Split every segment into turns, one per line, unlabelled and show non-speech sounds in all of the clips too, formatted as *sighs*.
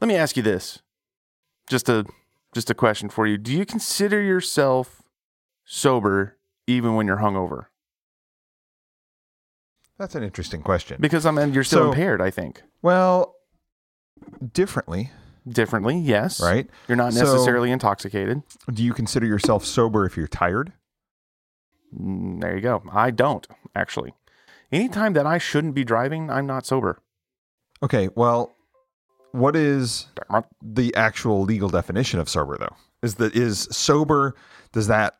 Let me ask you this. Just a just a question for you. Do you consider yourself sober even when you're hungover?
That's an interesting question.
Because I'm you're still
So-
impaired, I think.
Well, differently,
Differently, yes.
right?
You're not
So-
necessarily intoxicated.
Do you consider yourself sober if you're tired?
Mm, There you go. I don't actually. Anytime that I shouldn't be driving, I'm not sober.
Okay, well, what is the actual legal definition of sober though? Is that is sober does that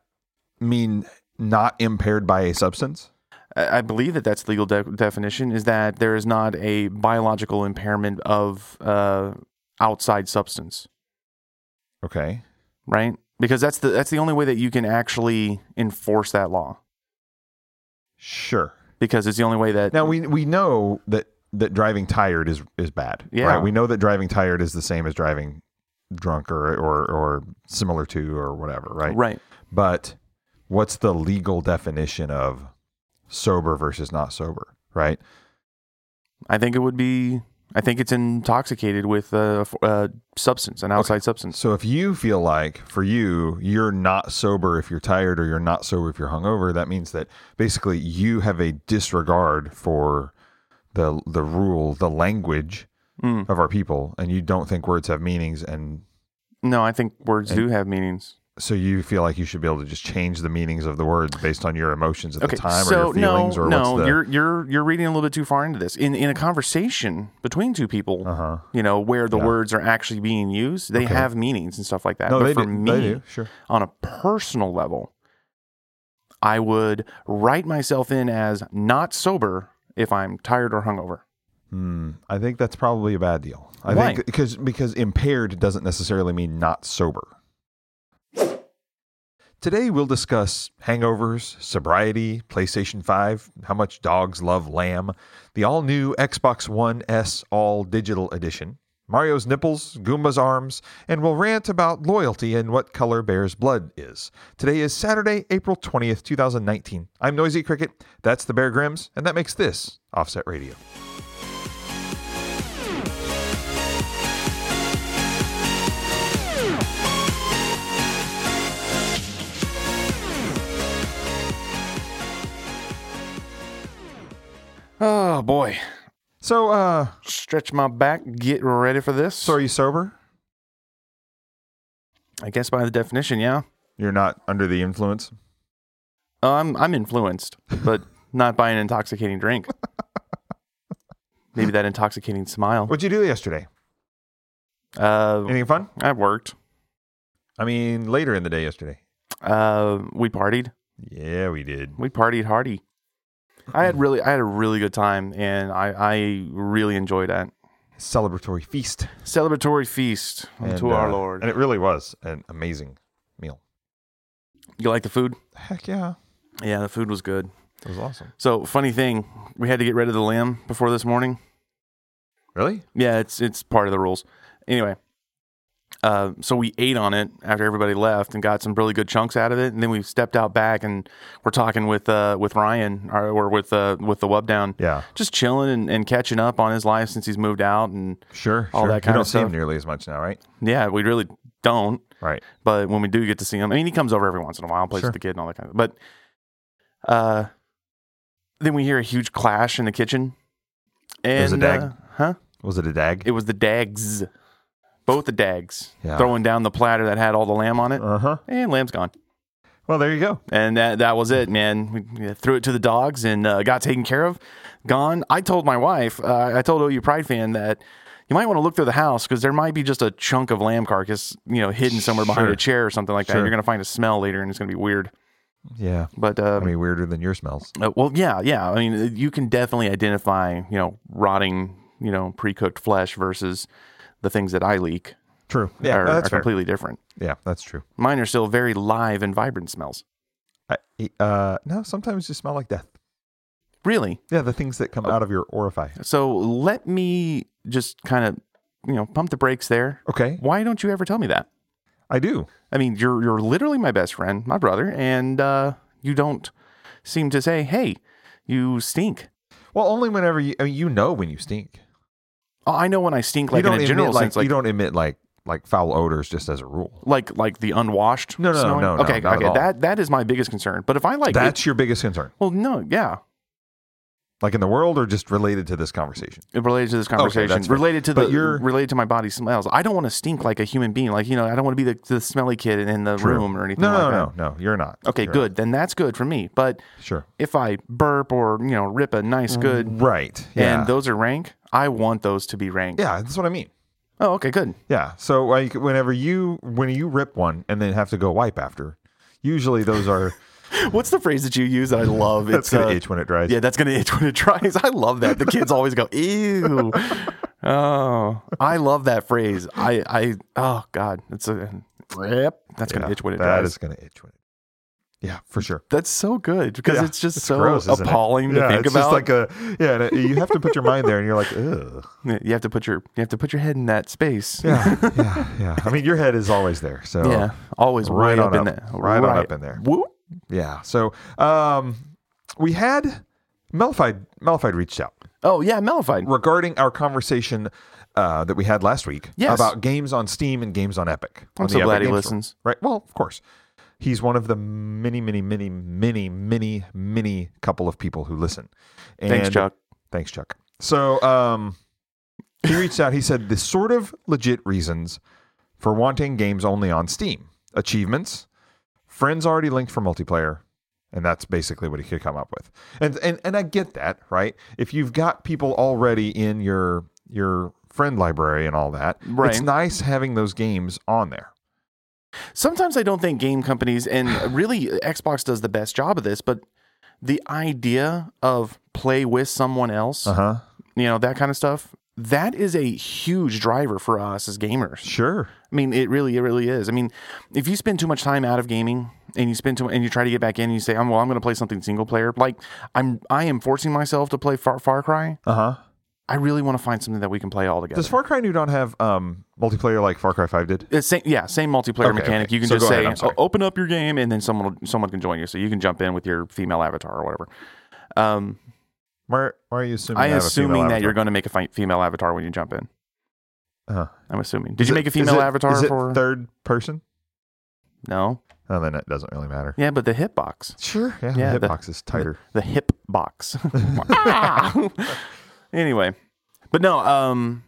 mean not impaired by a substance?
I I believe that that's legal de- definition is that there is not a biological impairment of uh, outside substance,
Okay.
right? Because that's the that's the only way that you can actually enforce that law.
Sure.
Because it's the only way that
Now we we know that that driving tired is is bad.
Yeah.
Right? We know that driving tired is the same as driving drunk or or or similar to or whatever, right?
right.
But what's the legal definition of sober versus not sober, right?
I think it would be. I think it's intoxicated with a, a substance, an outside substance.
So if you feel like for you, you're not sober if you're tired or you're not sober if you're hungover, that means that basically you have a disregard for the the rule, the language
Mm.
of our people, and you don't think words have meanings and
No, I think words do have meanings.
so you feel like you should be able to just change the meanings of the words based on your emotions at
Okay,
the time
so
or your feelings
no,
or
no,
what's the
you're you're you're reading a little bit too far into this. In in a conversation between two people,
uh-huh.
you know, where the
Yeah.
words are actually being used, they
Okay.
have meanings and stuff like that.
No,
but
they
for
do.
me,
they do. Sure.
on a personal level, I would write myself in as not sober if I'm tired or hungover.
Hmm. I think that's probably a bad deal. I
Why?
think because because impaired doesn't necessarily mean not sober. Today we'll discuss hangovers, sobriety, PlayStation 5, how much dogs love lamb, the all-new Xbox One S All Digital Edition, Mario's nipples, Goomba's arms, and we'll rant about loyalty and what color bear's blood is. Today is Saturday, April 20th, 2019. I'm Noisy Cricket, that's the Bear Grims, and that makes this Offset Radio.
Oh boy,
So uh
stretch my back, get ready for this.
So are you sober?
I guess by the definition, yeah,
You're not under the influence.
um, I'm influenced, *laughs* but not by an intoxicating drink. Maybe that intoxicating smile.
What'd you do yesterday?
Uh,
Anything fun?
I worked.
I mean, later in the day yesterday.
Uh, we partied.
Yeah, we did.
We partied hardy. I had really, I had a really good time, and I, I really enjoyed that
Celebratory feast
celebratory feast
And,
unto our
uh,
Lord.
and it really was an amazing meal.
You like the food?
Heck yeah,
Yeah, the food was good.
it was awesome.
So funny thing, we had to get rid of the lamb before this morning.
Really?
Yeah, it's it's part of the rules. Anyway, uh, so we ate on it after everybody left and got some really good chunks out of it, and then we stepped out back and we're talking with uh, with Ryan or, or with uh, with the wub down,
Yeah,
just chilling and, and catching up on his life since he's moved out, and
sure.
All
sure.
that
you
kind
don't
of
see him
stuff.
nearly as much now, right?
yeah, we really don't.
Right.
But when we do get to see him, I mean, he comes over every once in a while, plays
Sure.
with the kid and all that kind of. But uh, then we hear a huge clash in the kitchen, and
was a dag?
uh, huh?
Was it a dag?
It was the dags, both the dags
Yeah.
throwing down the platter that had all the lamb on it,
Uh huh.
and lamb's gone.
Well, there you go.
And that that was it, man. We yeah, threw it to the dogs and uh, got taken care of. Gone. I told my wife, uh, I told OU Pride fan that you might want to look through the house because there might be just a chunk of lamb carcass, you know, hidden somewhere behind
Sure.
a chair or something like that.
Sure.
You're gonna find a smell later, and it's gonna be weird.
Yeah.
But uh,
I mean, weirder than your smells.
uh, well, yeah, yeah. I mean, uh, you can definitely identify, you know, rotting, you know, pre-cooked flesh versus the things that I leak
True. Yeah,
are,
that's
are
fair.
completely different.
Yeah, that's true.
Mine are still very live and vibrant smells.
I, uh, no, sometimes you smell like death.
Really.
Yeah, the things that come
Oh.
out of your orifice.
So let me just kind of, you know, pump the brakes there.
Okay,
Why don't you ever tell me that?
I do.
I mean, you're you're literally my best friend, my brother, and uh, you don't seem to say, "Hey, you stink."
Well, only whenever you, I mean, you know when you stink.
Oh, I know when I stink,
you
like in
don't
a
emit
general
like,
sense, like
you don't emit like like foul odors just as a rule.
like like the unwashed.
No, no,
snowing?
no, no,
Okay,
not at
okay,
all.
that that is my biggest concern. But if I like
That's your biggest concern,
well, no, yeah,
like in the world, or just related to this conversation.
it related to this conversation,
that's fair.
related to
But
the
you're-
related to my body smells. I don't want to stink like a human being. Like you know, I don't want to be the, the smelly kid in, in the
True.
room or anything.
No,
like
no,
that.
no, no, You're not.
Okay,
You're
good. Then that's good for me. But
not. Sure.
if I burp or you know rip a nice good,
Right. Yeah.
and those are rank, I want those to be ranked.
yeah. That's what I mean.
Oh, okay, good.
Yeah. So like whenever you when you rip one and then have to go wipe after, usually those
*laughs*
are
*laughs* What's the phrase that you use that I *laughs* love?
that's gonna
uh,
itch when it dries.
Yeah, that's gonna itch when it dries. I love that. The kids always go, ew. *laughs* Oh, I love that phrase. I, I, oh God, it's a, yep, that's gonna
Yeah,
itch when it
That
dries.
is gonna itch when it. Yeah, for sure.
that's so good because
Yeah,
it's just
It's
so
gross, isn't it?
appalling to
Yeah,
think
it's
about.
Just like a yeah, and it- you have to put your mind there, and you're like, ugh.
you have to put your, you have to put your head in that space.
Yeah,
*laughs*
yeah, yeah. I mean, your head is always there. So
Yeah, always right,
Right on
up in
up.
there,
Right on up in there.
Whoop.
yeah. So um, we had Melified. Melified reached out
Oh yeah, mellified.
regarding our conversation uh, that we had last week
Yes.
about games on Steam and games on Epic.
I'm
on the
so
Epic
glad he
Games
listens.
Store. Right. Well, of course. He's one of the many, many, many, many, many, many couple of people who listen. And
Thanks, Chuck.
Thanks, Chuck. So um,
*laughs*
he reached out. He said the sort of legit reasons for wanting games only on Steam achievements, friends already linked for multiplayer. And that's basically what he could come up with. And, and and I get that, right? If you've got people already in your your friend library and all that, it's
Right.
nice having those games on there.
Sometimes I don't think game companies, *sighs* and really Xbox does the best job of this, but the idea of play with someone else,
huh.
you know, that kind of stuff, that is a huge driver for us as gamers.
Sure.
I mean, it really, it really is. I mean, if you spend too much time out of gaming and you spend too and you try to get back in and you say, "I'm well, I'm going to play something single player," like I'm, I am forcing myself to play Far, Far Cry.
Uh huh.
I really want to find something that we can play all together.
Does Far Cry New Dawn have um, multiplayer like Far Cry Five did?
It's Uh, same, yeah, same multiplayer
Okay,
mechanic.
okay.
You can
So
just
go ahead,
say,
I'm sorry.
"Oh, "Open up your game," and then someone will, someone can join you. So you can jump in with your female avatar or whatever. Um,
Why, why are you assuming?
I
have
am
a female
assuming that
avatar?
you're going to make a fi- female avatar when you jump in.
Uh-huh.
I'm assuming. Did
Is
you
it-
make a
is
female
it-
avatar
is it
for?
third person?
no.
Oh, then it doesn't really matter.
Yeah, but the hitbox,
Sure. Yeah.
Yeah,
the
the-
hitbox is tighter.
the hip
*laughs*
box. *laughs* Ah! anyway, but no. Um,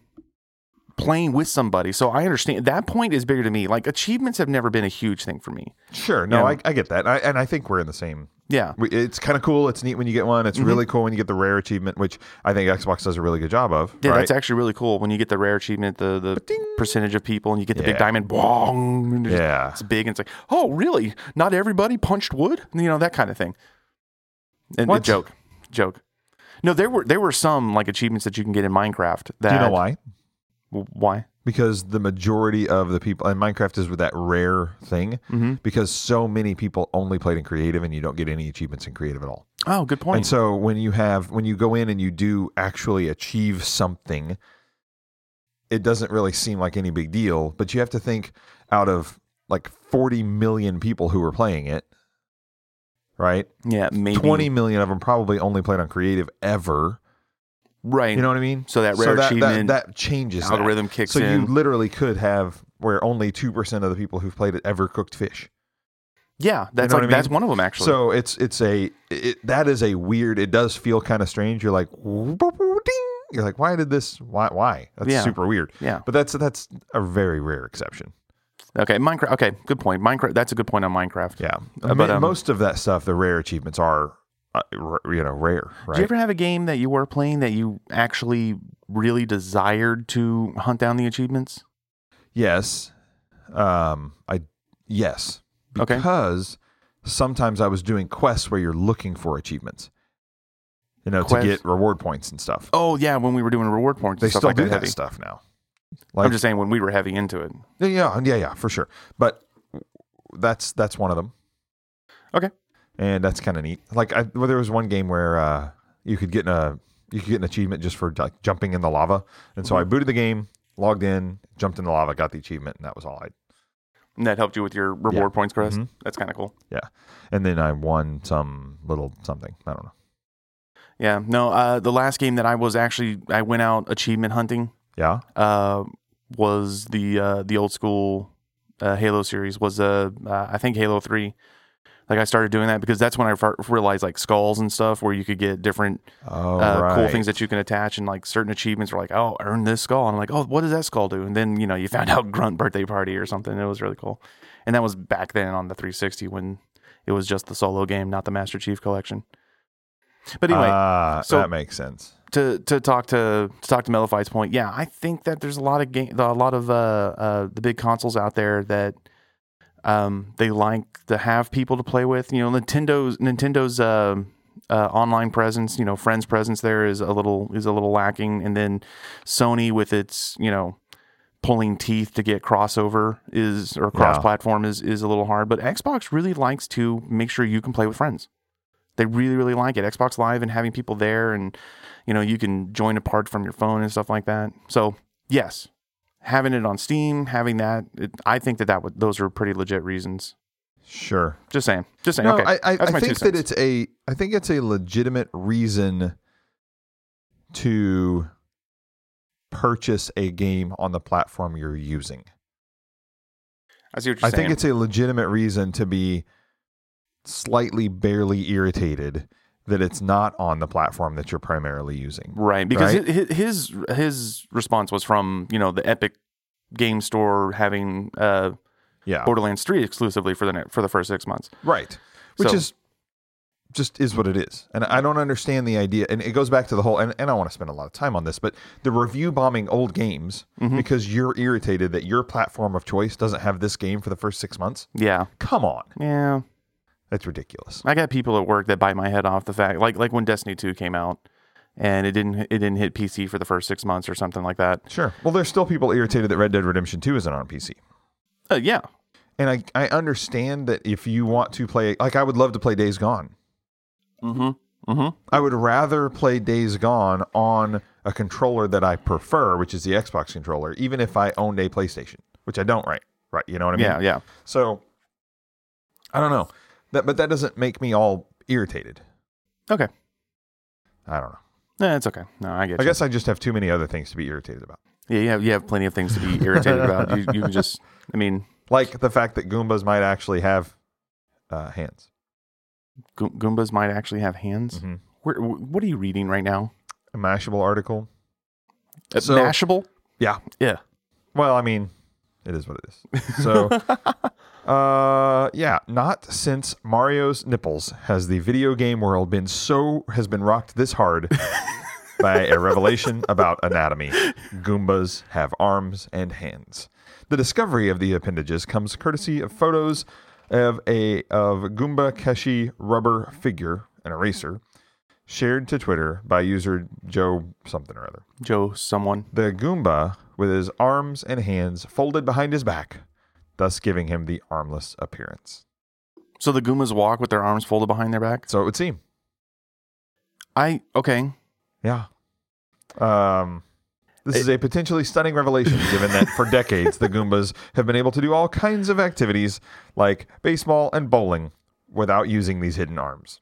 playing with somebody. So I understand that point is bigger to me. Like achievements have never been a huge thing for me.
Sure. No,
Yeah.
I, I get that. I, and I think we're in the same.
Yeah.
we- It's kind of cool. It's neat when you get one. It's really
Mm-hmm.
cool when you get the rare achievement, which I think Xbox does a really good job of.
Yeah,
right?
that's actually really cool when you get the rare achievement, the the percentage of people, and you get the
Yeah.
big diamond. Bong, and it's-
Yeah.
it's big, and it's like, oh, really? Not everybody punched wood, you know that kind of thing. And a
What?
joke, joke. No, there were there were some like achievements that you can get in Minecraft. That
Do you know why?
w- Why?
Because the majority of the people, and Minecraft is with that rare thing, because so many people only played in creative and you don't get any achievements in creative at all.
Oh, good
And
point.
so when you have when you go in and you do actually achieve something, it doesn't really seem like any big deal. But you have to think out of like 40 million people who were playing it, right?
yeah, maybe
20 million of them probably only played on creative ever.
Right.
You know what I mean?
so that rare
that, that-
achievement
that, changes that.
algorithm kicks
So you
in.
literally could have where only two percent of the people who've played it ever cooked fish.
yeah, that's
know
like
what I
that's
mean?
one of them actually.
So it's it's a it, that is a weird. It does feel kind of strange. You're like, "Whoop, whoop, whoop, ding." You're like, why did this? Why? Why? That's
Yeah.
super weird.
yeah.
But that's that's a very rare exception.
Okay, Minecraft. Okay, good point. Minecraft. That's a good point on Minecraft.
Yeah.
Uh,
but
but, um,
most of that stuff, the rare achievements are, uh, r- you know, rare. Right.
Do you ever have a game that you were playing that you actually really desired to hunt down the achievements?
yes. Um. I yes.
Okay.
Because sometimes I was doing quests where you're looking for achievements. You know,
Quest-
to get reward points and stuff.
Oh yeah, when we were doing reward points,
they
and stuff
still
like
do
that.
that
heavy.
stuff now. Like
I'm just saying when we were heavy into it.
Yeah, yeah, yeah, yeah, for sure. But that's that's one of them.
Okay.
And that's kind of neat. Like I, well, there was one game where uh, you could get a you could get an achievement just for like jumping in the lava, and
Mm-hmm.
so I booted the game, logged in, jumped in the lava, got the achievement, and that was all I.
And that helped you with your reward points, Chris.
Mm-hmm.
That's kind of cool.
Yeah. And then I won some little something. I don't know.
Yeah. No, uh, the last game that I was actually I went out achievement hunting
Yeah.
uh, was the uh, the old school uh, Halo series was uh, uh I think Halo three. Like I started doing that because that's when I fir- realized like skulls and stuff where you could get different
Oh,
uh,
right.
cool things that you can attach and like certain achievements were like oh earn this skull and I'm like oh what does that skull do and then you know you found *laughs* out grunt birthday party or something it was really cool and that was back then on the 360 when it was just the solo game not the Master Chief collection but anyway
Ah,
so-
that makes sense.
to to talk to to talk to Melify's point, yeah, I think that there's a lot of game, a lot of uh, uh, the big consoles out there that um, they like to have people to play with. You know, Nintendo's Nintendo's um uh, online presence, you know, friends presence there is a little is a little lacking, and then Sony with its you know pulling teeth to get crossover is or cross platform is is a little hard. But Xbox really likes to make sure you can play with friends. They really really like it. Xbox Live and having people there and you know you can join apart from your phone and stuff like that so yes having it on steam having that it, i think that that would those are pretty legit reasons
Sure.
just saying just saying
No,
okay
I, I,
That's
I
my two
think that
cents.
it's a I think it's a legitimate reason to purchase a game on the platform you're using.
i see what you're
I
saying
think it's a legitimate reason to be slightly barely irritated that it's not on the platform that you're primarily using.
right because
right?
hi- hi- his his response was from you know the epic game store having uh
Yeah.
borderlands 3 exclusively for the ne- for the first six months
Right. Which
So-
is just is what it is. And I don't understand the idea. And it goes back to the whole and, and I want to spend a lot of time on this, but the review bombing old games
Mhm.
because you're irritated that your platform of choice doesn't have this game for the first six months.
yeah
Come on.
yeah
That's ridiculous.
I got people at work that bite my head off the fact, like like when Destiny Two came out, and it didn't it didn't hit PC for the first six months or something like that.
Sure. Well, there's still people irritated that Red Dead Redemption 2 isn't on PC.
Uh, yeah,
And I, I understand that if you want to play like I would love to play Days Gone.
Mm-hmm. Mm-hmm.
I would rather play Days Gone on a controller that I prefer, which is the Xbox controller, even if I owned a PlayStation, which I don't right. Right. You know what I mean?
Yeah, yeah.
So I don't know. That but that doesn't make me all irritated.
Okay.
I don't know.
No, it's okay. No, I get
I
you.
guess I just have too many other things to be irritated about.
Yeah, you have, you have plenty of things to
*laughs*
be irritated about. You, you can just, I mean,
Like the fact that Goombas might actually have uh, hands.
Go- Goombas might actually have hands.
Mhm.
Where, wh- what are you reading right now?
A Mashable article.
Uh,
So-
Mashable?
Yeah.
Yeah.
Well, I mean, it is what it is. So, uh, yeah, not since Mario's nipples has the video game world been so has been rocked this hard by a revelation about anatomy. Goombas have arms and hands. The discovery of the appendages comes courtesy of photos of a of Goomba Keshi rubber figure an eraser shared to Twitter by user Joe something or other.
Joe, someone.
The Goomba, with his arms and hands folded behind his back, thus giving him the armless appearance.
So the Goombas walk with their arms folded behind their back.
So it would seem.
I okay.
Yeah. Um, this is a potentially
*laughs*
stunning revelation, given that for decades the Goombas have been able to do all kinds of activities like baseball and bowling without using these hidden arms.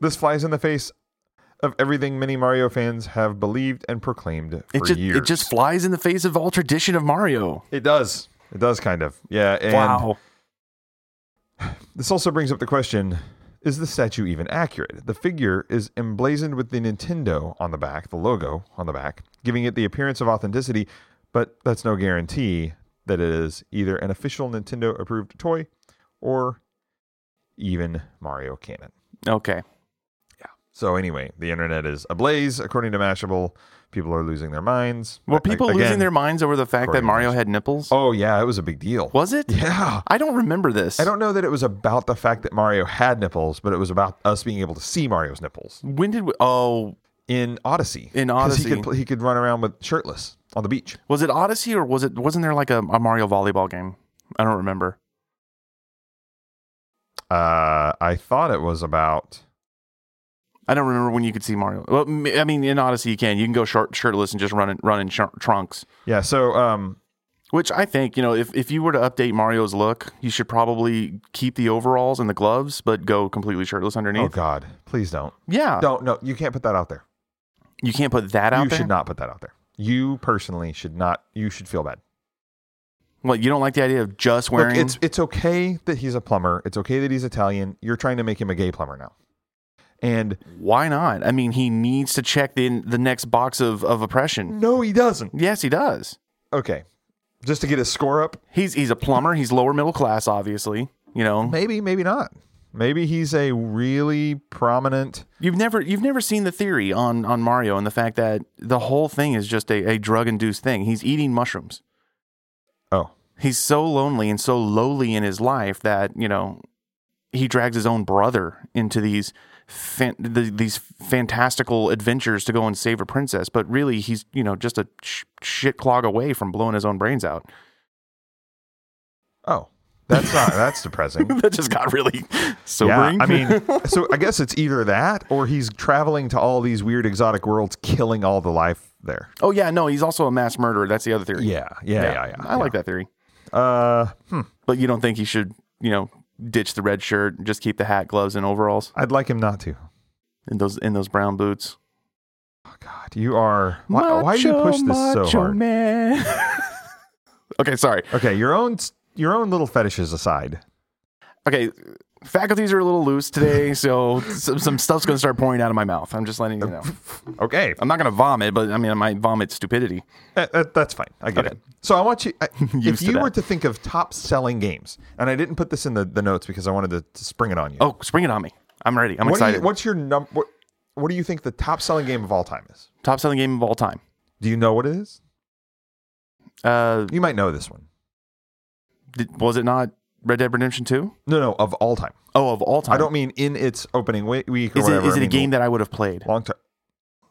This flies in the face of everything many Mario fans have believed and proclaimed for
It just
years.
it just flies in the face of all tradition of Mario.
it does. It does kind of. Yeah. And
wow.
This also brings up the question is the statue even accurate? The figure is emblazoned with the Nintendo on the back, the logo on the back, giving it the appearance of authenticity, but that's no guarantee that it is either an official Nintendo approved toy or even Mario canon.
Okay.
So, anyway, the internet is ablaze. According to Mashable, people are losing their minds.
Were
A- a-
people
again-
losing their minds over the fact that
according to
Mario
this-
had nipples?
Oh, yeah, it was a big deal.
Was it?
Yeah.
I don't remember this.
I don't know that it was about the fact that Mario had nipples, but it was about us being able to see Mario's nipples.
When did we, oh
in Odyssey.
In
'Cause
Odyssey.
he could pl- he could run around with shirtless on the beach.
was it Odyssey or was it wasn't there like a, a Mario volleyball game? I don't remember.
Uh, I thought it was about
I don't remember when you could see Mario. Well, m- I mean, in Odyssey you can. You can go short, shirtless and just run in, run in shir- trunks.
yeah. So um,
Which I think you know, if if you were to update Mario's look, you should probably keep the overalls and the gloves, but go completely shirtless
oh
underneath.
god, please don't,
Yeah.
don't, no, you can't put that out there.
You can't put that out
you
there.
should not put that out there. You personally should not. You should feel bad.
What you don't like the idea of just wearing?
Look, it's it's okay that he's a plumber. It's okay that he's Italian. You're trying to make him a gay plumber now, and
why not? I mean, he needs to check the the next box of of oppression.
no, he doesn't.
Yes, he does.
Okay, just to get his score up.
He's he's a plumber. He's lower middle class, obviously. You know,
Maybe, maybe not. Maybe he's a really prominent.
you've never you've never seen the theory on on Mario and the fact that the whole thing is just a, a drug induced thing. He's eating mushrooms.
Oh,
He's so lonely and so lowly in his life that you know he drags his own brother into these fan, the, these fantastical adventures to go and save a princess. But really, he's you know just a sh- shit clog away from blowing his own brains out. *laughs*
oh, that's *laughs* not. That's depressing.
that just got really *laughs*
Yeah,
sobering.
I *laughs* mean, so I guess it's either that or he's traveling to all these weird exotic worlds, killing all the life there.
*laughs* oh yeah, no, he's also a mass murderer. That's the other theory.
Yeah, yeah, yeah, yeah.
I like that theory.
that. Uh, hmm.
But you don't think he should, you know, ditch the red shirt and just keep the hat, gloves, and overalls
I'd like him not to.
and those in those brown boots.
Oh, God, you are. Why, why do you
Macho,
push this so
macho
hard?
man. *laughs* okay, sorry.
Okay, your own your own little fetishes aside.
Okay, faculties are a little loose today, so some, some stuff's gonna start pouring out of my mouth. I'm just letting you know.
Okay,
I'm not gonna vomit, but I mean, I might vomit stupidity.
that, that- Uh, that's fine. I get
Okay.
it. So I want you. I,
*laughs* Used
if
to
you
that.
were to think of top selling games, and I didn't put this in the, the notes because I wanted to, to spring it on you.
Oh, spring it on me. I'm ready. I'm
what do
excited.
you, what's your number? What, what do you think the top selling game of all time is?
Top selling game of all time.
Do you know what it is?
Uh,
You might know this one.
did, was it not Red Dead Redemption 2?
No, no, of all time.
Oh, of all time.
I don't mean in its opening we- week or
Is it,
whatever.
is
I
it a
mean
game that I would have played?
long term?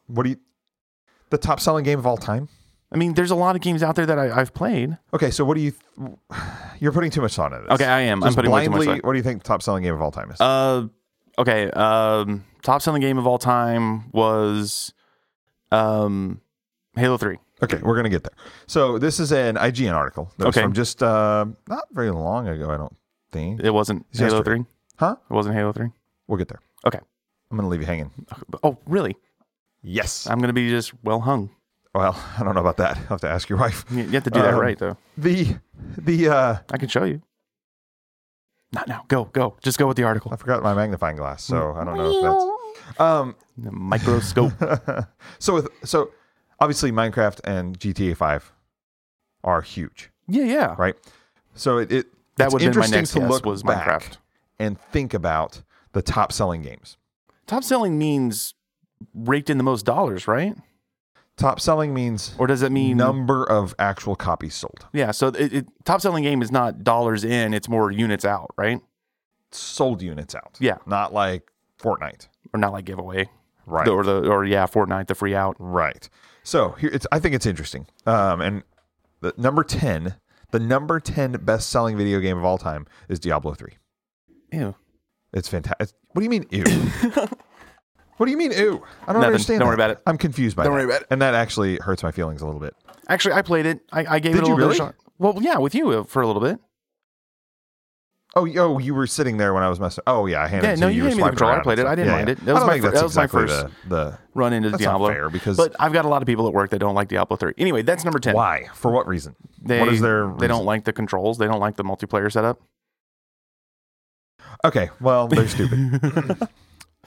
What do you? The top selling game of all time.
I mean, there's a lot of games out there that I, I've played.
Okay, so what do you? *sighs* Th- you're putting too much thought into this.
Okay, I am. I'm
Just
putting way too much
blindly, What do you think the top selling game of all time is?
Uh, okay. Um, top selling game of all time was, um, Halo Three.
okay, we're gonna get there. So this is an IGN article. That was
Okay.
from just uh, not very long ago, I don't think.
It wasn't
It's
Halo
yesterday.
Three.
Huh?
It wasn't Halo Three.
We'll get there.
Okay.
I'm gonna leave you hanging.
Oh, really?
Yes.
I'm gonna be just well hung.
Well, *laughs* I don't know about that. I'll have to ask your wife.
You you have to do that
Um,
right, though.
The the uh,
I can show you. Not now. Go, go. Just go with the article.
I forgot my magnifying glass, so I don't know if that's um
The
*laughs*
microscope.
so with so obviously Minecraft and GTA 5 are huge,
yeah, yeah.
right? So it, it
That
it's
would have been my
interesting
next
to
guess
look
was
back
Minecraft.
and think about the top selling games.
Top selling means raked in the most dollars, right?
Top selling means
Or does it mean
number of actual copies sold.
Yeah, so it, it, top selling game is not dollars in; it's more units out, right?
Sold units out.
Yeah.
Not like Fortnite.
Or not like giveaway,
Right.
The- or the or yeah, Fortnite the free out.
Right. So here, it's, I think it's interesting. Um, and the number ten, the number ten best-selling video game of all time is Diablo three.
Ew,
It's fantastic. What do you mean
*laughs*
ew? what do you mean ew? I don't
Nothing.
understand.
Don't worry
that.
about it.
I'm confused by
Don't
that.
worry about it.
And that actually hurts my feelings a little bit.
actually, I played it. I, I gave it
Did
a little
you
bit.
really?
Of shot. Well, yeah, with you uh, for a little bit.
Oh, y- oh, you were sitting there when I was messing. Oh yeah, I handed
Yeah,
it to
no,
you.
you
were
gave me the
swiping
controller. I
around
played it.
and
I
stuff.
didn't
Yeah,
mind
yeah.
it. That was
I don't
my
think
fir-
that's
that was my
exactly
first
the, the
Run into
that's
Diablo,
not fair because
but I've got a lot of people at work that don't like Diablo three. Anyway, that's number ten.
why? For what reason?
They,
what is their?
They
reason?
don't like the controls. They don't like the multiplayer setup.
Okay,
*laughs*
well they're stupid.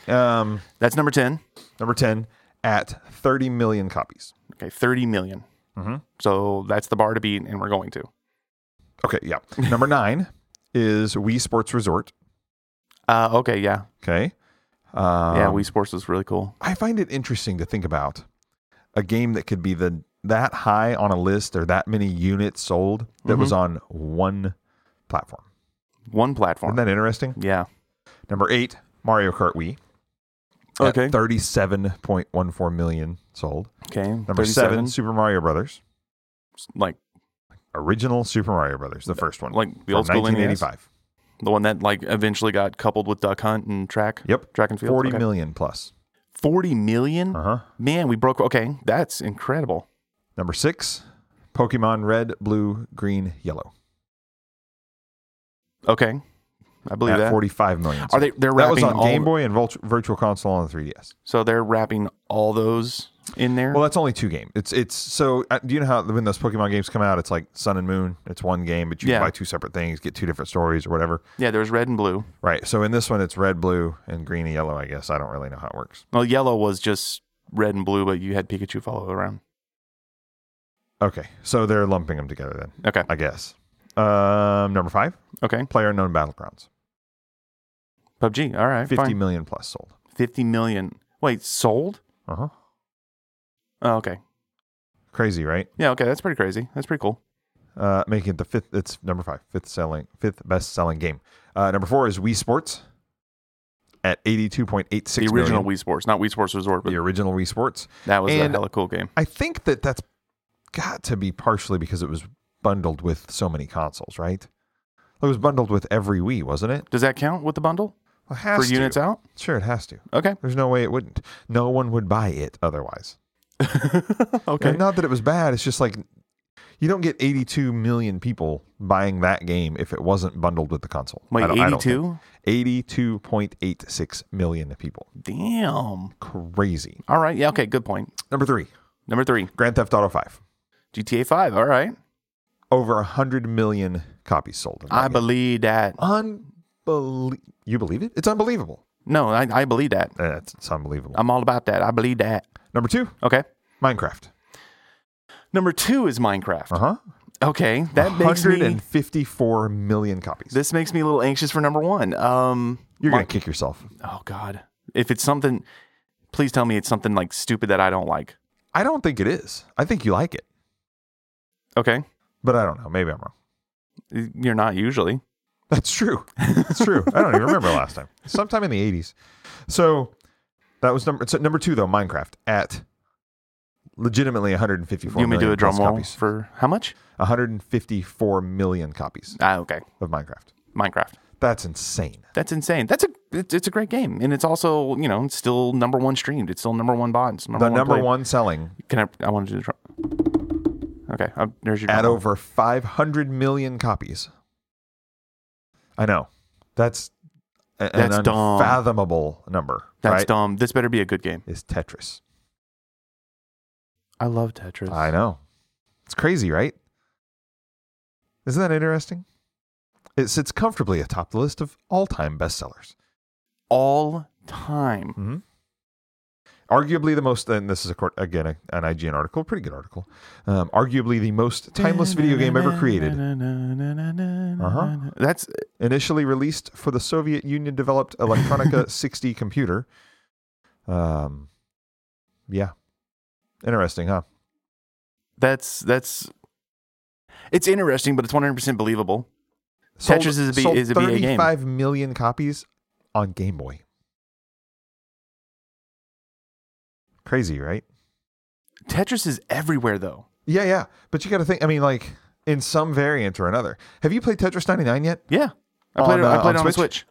um,
That's number ten.
number ten at 30 million copies.
Okay, thirty million.
Mm-hmm.
So that's the bar to beat, and we're going to.
Okay, yeah. Number nine is Wii Sports Resort.
Uh, okay, yeah,
Okay. Um,
yeah. Wii Sports is really cool.
I find it interesting to think about a game that could be the that high on a list or that many units sold that was
Mm-hmm.
on one platform.
One platform.
Isn't that interesting?
Yeah.
Number eight, Mario Kart Wii. at
Okay.
37.14 million sold.
Okay.
Number seven, Super Mario Brothers.
like
Original Super Mario Brothers, the first one.
like the
from
old school NES,
1985.
the one that like eventually got coupled with Duck Hunt and Track.
Yep.
Track and Field.
forty
Okay. Uh-huh.
million plus.
Forty million.
Uh huh.
Man, we broke. Okay, that's incredible.
Number six, Pokemon Red, Blue, Green, Yellow.
Okay, I believe
at
that.
45 million.
Are they? They're
that was
wrapping
on
all,
Game Boy and Vult- Virtual Console on the 3DS.
So they're wrapping all those in there.
Well, that's only two games. It's it's so uh, do you know how when those Pokemon games come out, it's like Sun and Moon. It's one game, but you
Yeah.
buy two separate things, get two different stories or whatever.
yeah, there's red and blue.
Right. So in this one, it's red, blue, and green and yellow. I guess I don't really know how it works.
Well, yellow was just red and blue, but you had Pikachu follow around.
Okay, so they're lumping them together then.
Okay.
I guess. Um, number five,
Okay.
Player Unknown Battlegrounds,
PUBG. All right.
Fifty million
fine.
plus sold.
50 million. Wait, sold?
Uh huh.
Oh, okay.
Crazy, right?
Yeah, okay. That's pretty crazy. That's pretty cool.
Uh, making it the fifth. It's number five, fifth selling, fifth best selling game. Uh, number four is Wii Sports at eighty two point eight six.
the original Wii Sports, not Wii Sports Resort, but
The original Wii Sports.
that was a
and-
hella cool game.
I think that that's got to be partially because it was bundled with so many consoles, right? It was bundled with every Wii, wasn't it?
Does that count with the bundle
Well, it has
for units
to.
out?
Sure, it has to.
Okay. *laughs*
There's no way it wouldn't. No one would buy it otherwise.
okay.
And not that it was bad. It's just like you don't get 82 million people buying that game if it wasn't bundled with the console. I
Wait,
don't- I don't
82?
think. 82.86 million people.
Damn.
Crazy.
All right. Yeah, okay. Good point.
Number three,
Number three,
Grand Theft Auto 5.
GTA 5. All right.
Over 100 million copies sold. in that
I
game.
believe that.
Unbelie- you believe it? It's unbelievable.
No, I, I believe that.
Uh, It's, it's unbelievable.
I'm all about that. I believe that.
Number two,
Okay.
Minecraft.
Number two is Minecraft.
Uh huh.
Okay. That makes me.
154 million copies.
This makes me a little anxious for number one. Um,
You're
Min-
gonna kick yourself.
Oh God! If it's something, please tell me it's something like stupid that I don't like.
I don't think it is. I think you like it,
Okay,
but I don't know. Maybe I'm wrong.
you're not usually.
*laughs* That's true. That's true. I don't even remember last time. Sometime in the 80s. So that was number so number two though. Minecraft at legitimately 154
you may
million
do a drum
plus
roll
copies.
for how much?
154 million copies
Ah, okay,
of Minecraft.
Minecraft.
That's insane.
That's insane. That's a it's, it's a great game, and it's also you know it's still number one streamed. It's still number one bought. It's number
The
one
number
played.
one selling
Can I? I want to do the drum. Okay, uh, there's your drum
at
roll.
over 500 million copies. I know. That's a- an
That's dumb.
unfathomable number.
That's
right?
dumb. This better be a good game.
Is Tetris.
I love Tetris.
I know. It's crazy, right? Isn't that interesting? It sits comfortably atop the list of all time bestsellers.
all time.
Mm-hmm. Arguably the most, and this is, accor- again, a, an IGN article, pretty good article. Um, arguably the most timeless video game ever
*laughs*
created. Uh-huh.
That's
Initially released for the Soviet Union developed Electronica 60 computer. Um, yeah. Interesting, huh?
That's that's it's interesting, but it's one hundred percent believable. Tetris is a B-
sold
is a BA game.
35 million copies on Game Boy. Crazy, right?
Tetris is everywhere though.
Yeah, yeah. But you got to think. I mean, like in some variant or another. Have you played Tetris 99 yet?
Yeah. I
On,
played it, I
uh,
played
on
it on my
Switch?
Switch.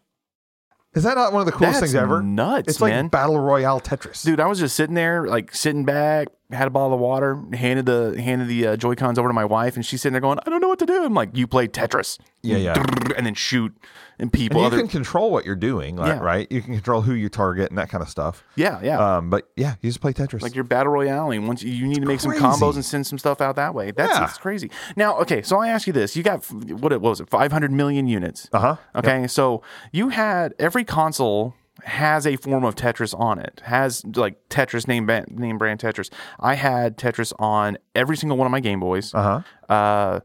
Is that not one of the coolest
That's
things ever?
Nuts,
it's like
man.
battle royale Tetris.
Dude, I was just sitting there, like sitting back, had a bottle of water, handed the handed the uh, Joy Cons over to my wife, and she's sitting there going, "I don't know what to do." I'm like, "You play Tetris,
Yeah, yeah.
and then shoot and
and
people
you
other,
can control what you're doing, like,
Yeah.
right? You can control who you target and that kind of stuff.
yeah, yeah,
Um, but yeah, you just play Tetris.
like your battle royale. And once you, you need to make
crazy.
some combos and send some stuff out that way. That's
Yeah.
it's crazy. Now, okay, so I ask you this: you got f- what, it- what was it, 500 million units?
uh huh.
Okay, so you had every console has a form of Tetris on it. Has like Tetris name brand, name brand Tetris. I had Tetris on every single one of my Game Boys.
Uh huh.
Uh,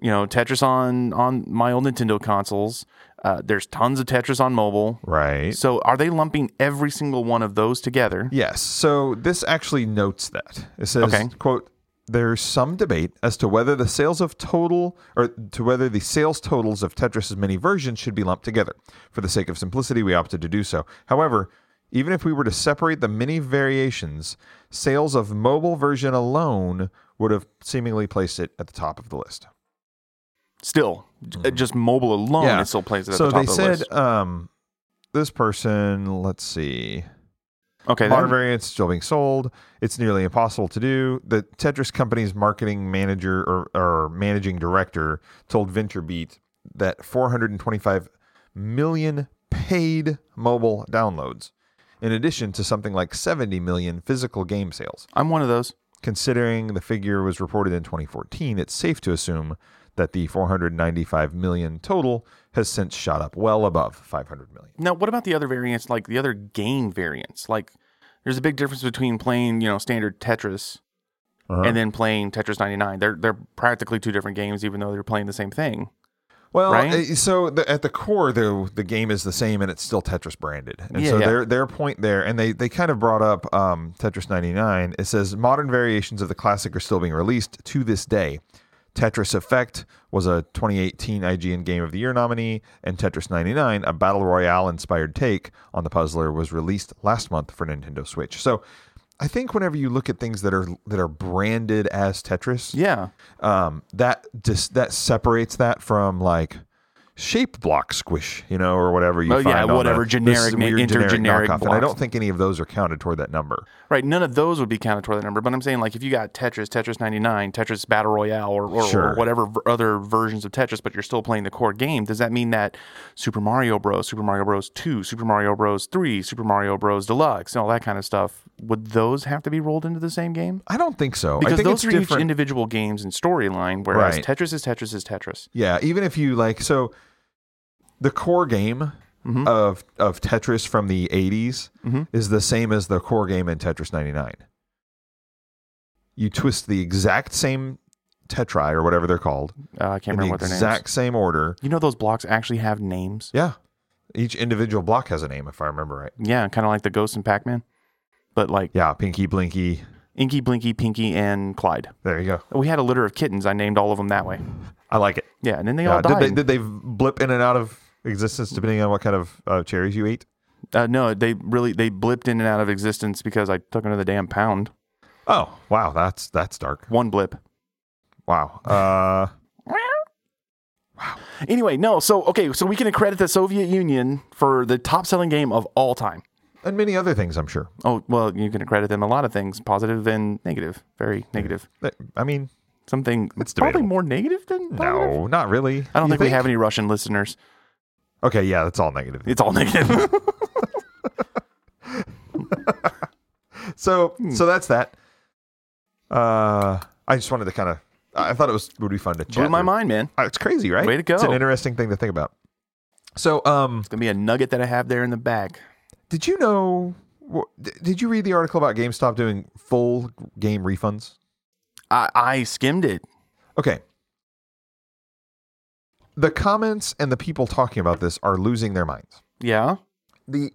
you know, Tetris on on my old Nintendo consoles. Uh, there's tons of Tetris on mobile.
Right.
So are they lumping every single one of those together?
Yes. So this actually notes that. It says,
Okay.
quote, there's some debate as to whether the sales of total or to whether the sales totals of Tetris's many versions should be lumped together. For the sake of simplicity, we opted to do so. However, even if we were to separate the many variations, sales of mobile version alone would have seemingly placed it at the top of the list.
Still, j- just mobile alone,
Mm-hmm. Yeah.
Oh, it still plays it at
so
the top
they
of the
said
list.
um this person, let's see.
Okay,
Modern
then-
variants still being sold. It's nearly impossible to do. The Tetris company's marketing manager or, or managing director told VentureBeat that 425 million paid mobile downloads, in addition to something like 70 million physical game sales.
I'm one of those.
Considering the figure was reported in 2014, it's safe to assume that the 495 million total has since shot up well above 500 million.
Now, what about the other variants, like the other game variants? Like, there's a big difference between playing, you know, standard Tetris and then playing Tetris 99. They're they're practically two different games, even though they're playing the same thing.
Well,
Right?
uh, so the, at the core, though, the game is the same, and it's still Tetris branded. And
Yeah,
so
yeah.
their their point there, and they they kind of brought up um, Tetris 99. It says modern variations of the classic are still being released to this day. Tetris Effect was a 2018 IGN Game of the Year nominee, and Tetris 99, a battle royale inspired take on the puzzler, was released last month for Nintendo Switch. So. I think whenever you look at things that are that are branded as Tetris,
Yeah,
um, that just that separates that from like shape block squish, you know, or whatever you
Oh,
find.
yeah,
on the-
whatever
this
generic ma-
weird
intergeneric
knockoff. And I don't
blocks.
think any of those are counted toward that number.
right. None of those would be counted toward that number. But I'm saying, like, if you got Tetris, Tetris 99, Tetris Battle Royale, or, or,
Sure.
or whatever v- other versions of Tetris, but you're still playing the core game, does that mean that Super Mario Bros, Super Mario Bros 2, Super Mario Bros 3, Super Mario Bros Deluxe, and all that kind of stuff, would those have to be rolled into the same game?
I don't think so. I
Because
think
those
it's
are each
different.
individual games and storyline, whereas
Right.
Tetris is Tetris is Tetris.
yeah, even if you like, so the core game
Mhm.
of of Tetris from the 80s
Mhm.
is the same as the core game in Tetris 99. You twist the exact same tetri or whatever they're called
Uh, I can't
in the
remember what their name is.
exact same order.
You know those blocks actually have names?
Yeah. Each individual block has a name, if I remember right.
Yeah, kind of like the Ghost and Pac Man, but like
Yeah, Pinky Blinky.
Inky, Blinky, Pinky, and Clyde.
There you go.
We had a litter of kittens. I named all of them that way.
I like it.
Yeah, and then they
Yeah,
all
did
died.
they did they blip in and out of existence depending on what kind of uh, cherries you ate?
uh, no, they really they blipped in and out of existence because I took another damn pound.
Oh wow, that's that's dark.
One blip. *laughs*
Wow. Uh,
Anyway, no. So okay, so we can accredit the Soviet Union for the top selling game of all time.
and many other things, I'm sure.
Oh well, you can accredit them a lot of things, positive and negative. Very negative.
That- I mean,
Something
That's
probably
debatable.
more negative than positive.
no, not really.
I don't
You
think, we have any Russian listeners.
Okay, yeah, that's all negative.
It's all
*laughs*
negative.
So
Hmm.
so that's that. Uh, I just wanted to kind of. I thought it was would be fun to chat.
Blew my
through.
mind, man.
Uh, It's crazy, right?
Way to go.
It's an interesting thing to think about. So um,
It's gonna be a nugget that I have there in the back.
Did you know? wh- d- Did you read the article about GameStop doing full game refunds?
I, I skimmed it.
Okay. The comments and the people talking about this are losing their minds.
Yeah.
The,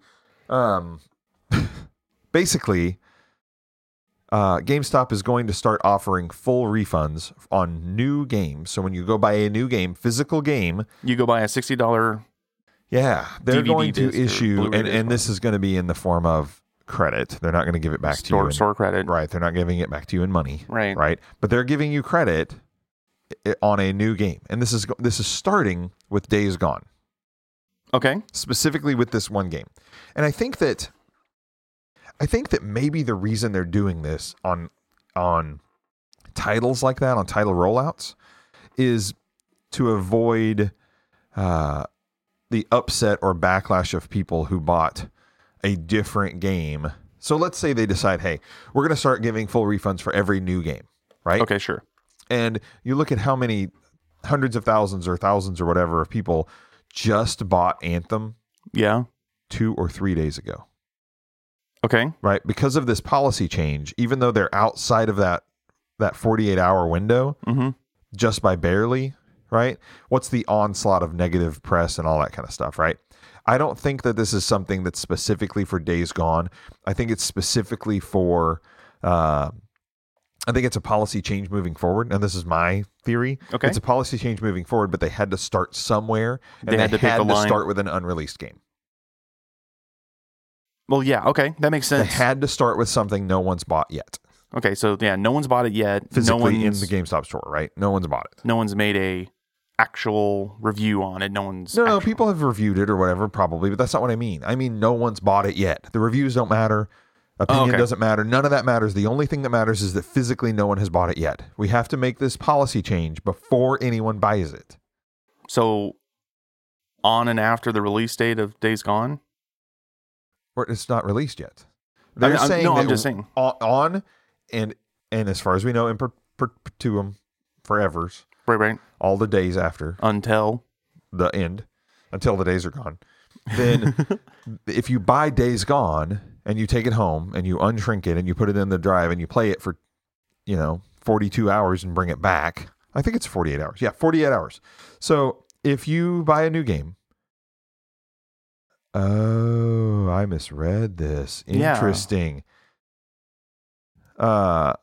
um, *laughs* basically, uh, GameStop is going to start offering full refunds on new games. So when you go buy a new game, physical game,
You go buy a sixty dollar
Yeah, they're
DVD
going to
disc or
issue,
Blu-ray
and,
disc,
and this is going to be in the form of credit. They're not going to give it back to you.
store
in-
store credit.
Right, they're not giving it back to you in money.
Right.
Right, but they're giving you credit i- on a new game, and this is go- this is starting with Days Gone,
Okay.
specifically with this one game, and I think that I think that maybe the reason they're doing this on on titles like that on title rollouts is to avoid uh, the upset or backlash of people who bought a different game. So let's say they decide, hey, we're going to start giving full refunds for every new game, right?
Okay. Sure.
And you look at how many hundreds of thousands or thousands or whatever of people just bought Anthem
Yeah.
two or three days ago,
Okay.
right? Because of this policy change, even though they're outside of that that 48 hour window,
Mm-hmm.
just by barely, right? What's the onslaught of negative press and all that kind of stuff, right? I don't think that this is something that's specifically for Days Gone. I think it's specifically for, uh, I think it's a policy change moving forward. And this is my theory.
Okay.
It's a policy change moving forward, but they had to start somewhere. And
They
they,
had to pick a line.
start with an unreleased game.
Well, yeah. Okay, that makes
They
sense.
had to start with something no one's bought yet,
okay, so yeah, no one's bought it yet. no
physically
one's
in the GameStop store, right? No one's bought it.
no one's made a actual review on it. No one's.
No, no,
actu-
people have reviewed it or whatever, probably, but that's not what I mean. I mean, no one's bought it yet. The reviews don't matter. Opinion
okay.
doesn't matter. None of that matters. The only thing that matters is that physically no one has bought it yet. We have to make this policy change before anyone buys it.
So on and after the release date of Days Gone?
Or it's not released yet.
I
They're
mean, I'm-
saying
no, I'm
that
just saying.
o- on and and as far as we know, in per- perpetuum, forever's
Right, right.
all the days after
*laughs* Until
the end, until the days are gone. Then, if you buy Days Gone and you take it home and you unshrink it and you put it in the drive and you play it for, you know, 42 hours and bring it back, I think it's 48 hours. Yeah, 48 hours. So if you buy a new game, oh, I misread this.
Yeah.
Interesting. Uh,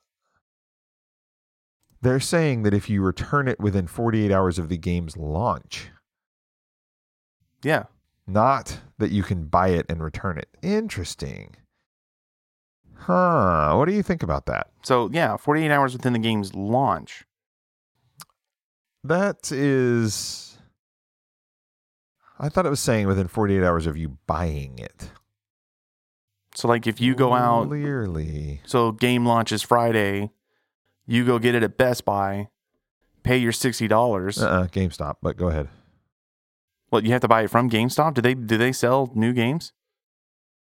they're saying that if you return it within 48 hours of the game's launch,
yeah,
not that you can buy it and return it. Interesting. Huh. What do you think about that?
so yeah, 48 hours within the game's launch.
That is. I thought it was saying within 48 hours of you buying it.
So like if you go out,
Clearly.
so game launches Friday, you go get it at Best Buy, pay your sixty dollars.
Uh uh GameStop, but go ahead.
Well, you have to buy it from GameStop. Do they do they sell new games? *laughs*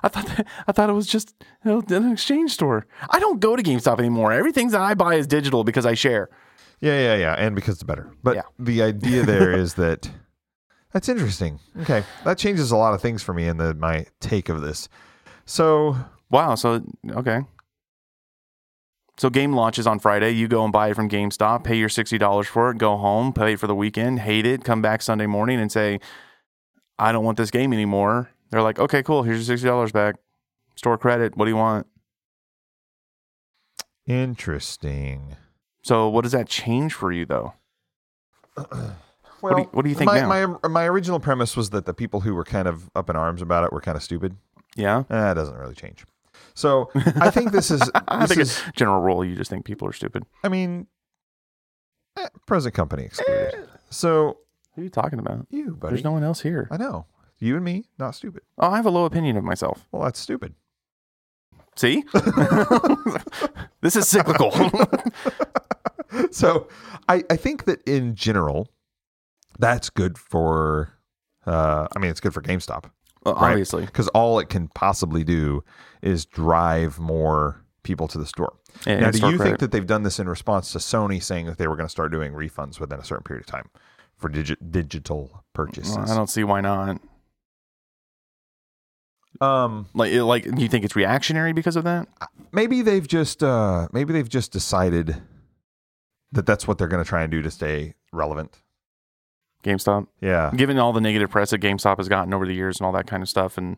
I thought that, I thought it was just you know, an exchange store. I don't go to GameStop anymore. Everything that I buy is digital because I share.
Yeah, yeah, yeah. And because it's better. But
Yeah.
the
*laughs*
idea there is that. That's interesting. Okay. That changes a lot of things for me in the, my take of this. So,
Wow. So okay. So game launches on Friday. You go and buy it from GameStop. Pay your sixty dollars for it. Go home. Pay for the weekend. Hate it. Come back Sunday morning and say, I don't want this game anymore. They're like, okay, cool. Here's your sixty dollars back. Store credit. What do you want?
interesting.
So what does that change for you though?
Well,
do you- what do you think
my,
now?
My, my original premise was that the people who were kind of up in arms about it were kind of stupid.
Yeah.
Eh, That doesn't really change. So
*laughs*
I think this is.
I
This
think
is
it's general rule. You just think people are stupid.
I mean, eh, present company excluded. So
Who are you talking about?
you, buddy.
There's no one else here.
I know you and me, not stupid.
Oh, I have a low opinion of myself.
Well, that's stupid. *laughs*
See, *laughs* this is
*laughs*
cyclical.
so I, I think that in general, that's good for. Uh, I mean, it's good for GameStop.
Well,
Right.
Obviously,
because all it can possibly do is drive more people to the store.
And
now, do
store
you
credit.
think that they've done this in response to Sony saying that they were going to start doing refunds within a certain period of time for digi- digital purchases?
Well, I don't see why not.
um,
Like, it- like, do you think it's reactionary because of that?
maybe they've just uh, maybe they've just decided that that's what they're going to try and do to stay relevant.
GameStop,
Yeah,
given all the negative press that GameStop has gotten over the years and all that kind of stuff, and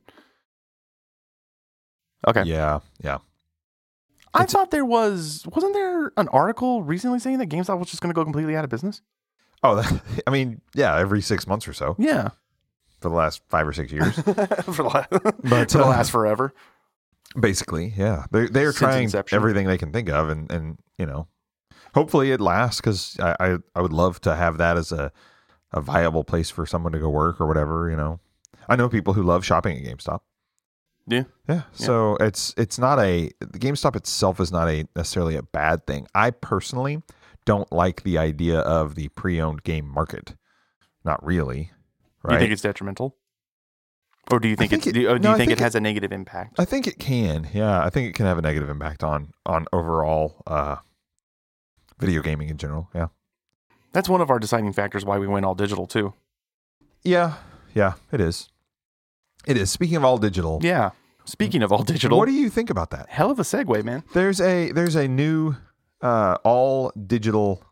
okay,
yeah, yeah.
I
It's-
thought there was wasn't there an article recently saying that GameStop was just going to go completely out of business?
Oh, *laughs* that, I mean, yeah, every six months or so
Yeah,
for the last five or six
*laughs*
years,
for the *laughs* la-
But,
for the
uh,
last forever.
Basically, yeah. They they are
Since
trying
inception.
everything they can think of, and and you know, hopefully it lasts because I, I I would love to have that as a a viable place for someone to go work or whatever. You know, I know people who love shopping at GameStop.
Yeah.
yeah. So it's it's not a the GameStop itself is not a necessarily a bad thing. I personally don't like the idea of the pre-owned game market. Not really.
Do you
Right.
think it's detrimental, or do you think,
think
it's,
it-
do, or do
no,
you
I
think,
think
it has a negative impact?
I think it can. Yeah, I think it can have a negative impact on on overall uh video gaming in general. Yeah.
That's one of our deciding factors why we went all digital too.
Yeah. Yeah, it is. It is. Speaking of all digital.
Yeah. Speaking of all digital,
What do you think about that?
hell of a segue, man.
There's a there's a new uh all digital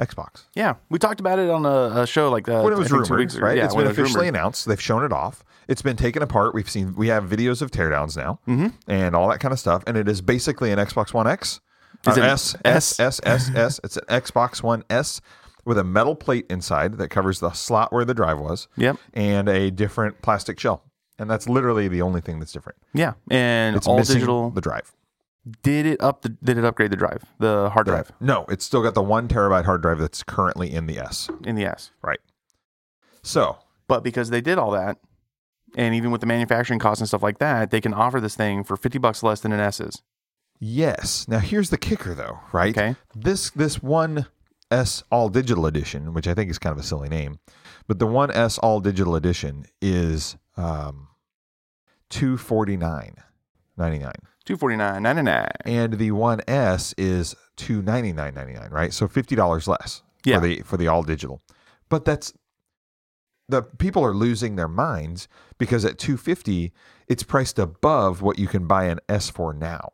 Xbox.
Yeah, we talked about it on a, a show like uh,
when it
I
was
think two
rumored,
weeks ago.
right?
Yeah,
it's
when
been
it was
officially
rumored.
announced. They've shown it off. It's been taken apart. We've seen we have videos of teardowns now
Mhm.
and all that kind of stuff. And it is basically an Xbox One X.
Is
Or
it an
S, S, S, S, S. It's an Xbox One S with a metal plate inside that covers the slot where the drive was
Yep.
and a different plastic shell. And that's literally the only thing that's different.
Yeah, and
It's
all
missing
digital.
the drive.
Did it up? The, did it upgrade the drive, the hard drive
No, it's still got the one terabyte hard drive that's currently in the S.
in the S?
Right. So
But because they did all that, and even with the manufacturing costs and stuff like that, they can offer this thing for fifty bucks less than an S is.
Yes. Now here's the kicker though, right?
Okay.
This this one S All Digital Edition, which I think is kind of a silly name, but the One S All Digital Edition is um, two forty nine ninety nine,
Two forty nine ninety nine.
and the One S is two ninety nine ninety nine, right? So fifty dollars less
Yeah.
for the for the all digital. But that's the people are losing their minds because at two fifty, it's priced above what you can buy an S for now.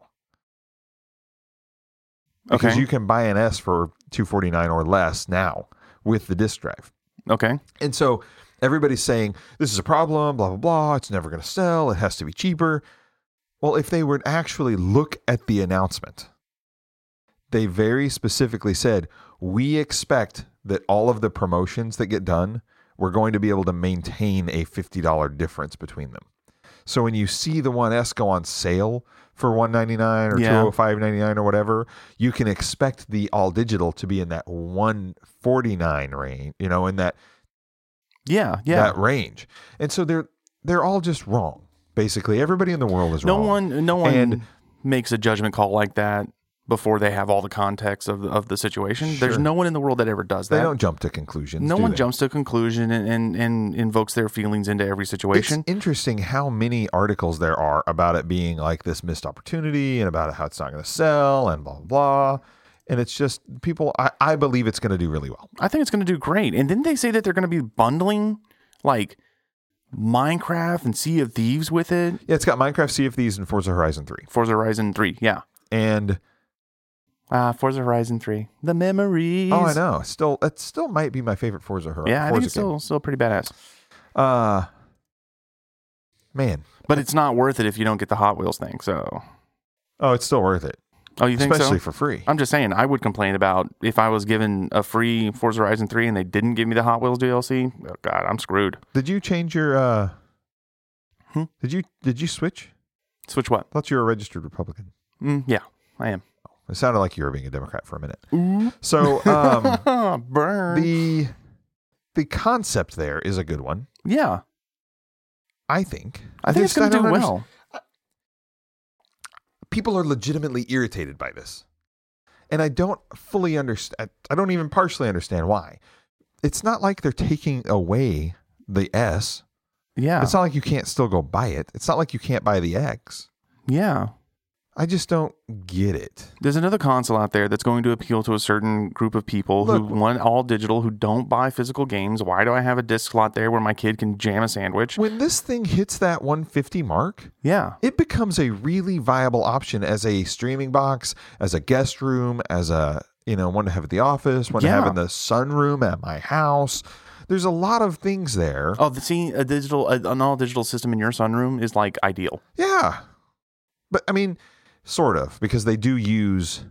Because
Okay.
you can buy an S for 249 or less now with the disk drive.
Okay.
And so everybody's saying, this is a problem, blah, blah, blah. It's never going to sell. It has to be cheaper. Well, if they would actually look at the announcement, they very specifically said, we expect that all of the promotions that get done, we're going to be able to maintain a $50 difference between them. So when you see the 1S go on sale for 199 or
Yeah.
205.99 or whatever, you can expect the all digital to be in that 149 range, you know, in that
Yeah. Yeah.
that range. And so they're they're all just wrong. Basically, everybody in the world is
no
wrong.
one no one
And-
makes a judgment call like that before they have all the context of the, of the situation. There's
Sure.
no one in the world that ever does
they
that.
don't jump to conclusions.
No
do
one
they?
jumps to a conclusion and, and, and invokes their feelings into every
It's
situation.
interesting how many articles there are about it being like this missed opportunity and about how it's not going to sell and blah blah. blah. And it's just people. I, I believe it's going to do really well.
I think it's going to do great. And didn't they say that they're going to be bundling like Minecraft and Sea of Thieves with it?
Yeah, it's got Minecraft, Sea of Thieves, and Forza Horizon Three.
Forza Horizon 3. Yeah.
And
Ah, Forza Horizon 3. The memories.
oh, I know. Still, it still might be my favorite Forza Horizon.
Yeah, I think
Forza
it's
game.
still, still pretty badass.
Uh, man.
But it's not worth it if you don't get the Hot Wheels thing. So,
Oh, it's still worth it,
oh, you think
especially
so?
for free.
I'm just saying, I would complain about if I was given a free Forza Horizon 3 and they didn't give me the Hot Wheels DLC. Oh, God, I'm screwed.
Did you change your uh
Hmm?
Did you did you switch?
Switch what?
I thought you were a registered Republican.
Mm, yeah, I am.
It sounded like you were being a Democrat for a minute.
*laughs*
So um
Burn.
the the concept there is a good one,
yeah,
I think.
I think it's
just-
going to do
don't
well.
understand- People are legitimately irritated by this. And I don't fully understand I don't even partially understand why. It's not like they're taking away the S.
Yeah,
It's not like you can't still go buy it. It's not like you can't buy the X.
yeah.
I just don't get it.
There's another console out there that's going to appeal to a certain group of people
Look-
who want all digital, who don't buy physical games. Why do I have a disc slot there where my kid can jam a sandwich?
When this thing hits that 150 mark,
Yeah,
it becomes a really viable option as a streaming box, as a guest room, as a, you know, one to have at the office, one to have
Yeah.
in the sunroom at my house. There's a lot of things there.
Oh, the, seeing a digital, a, an all digital system in your sunroom is like ideal.
Yeah. But I mean, sort of, because they do use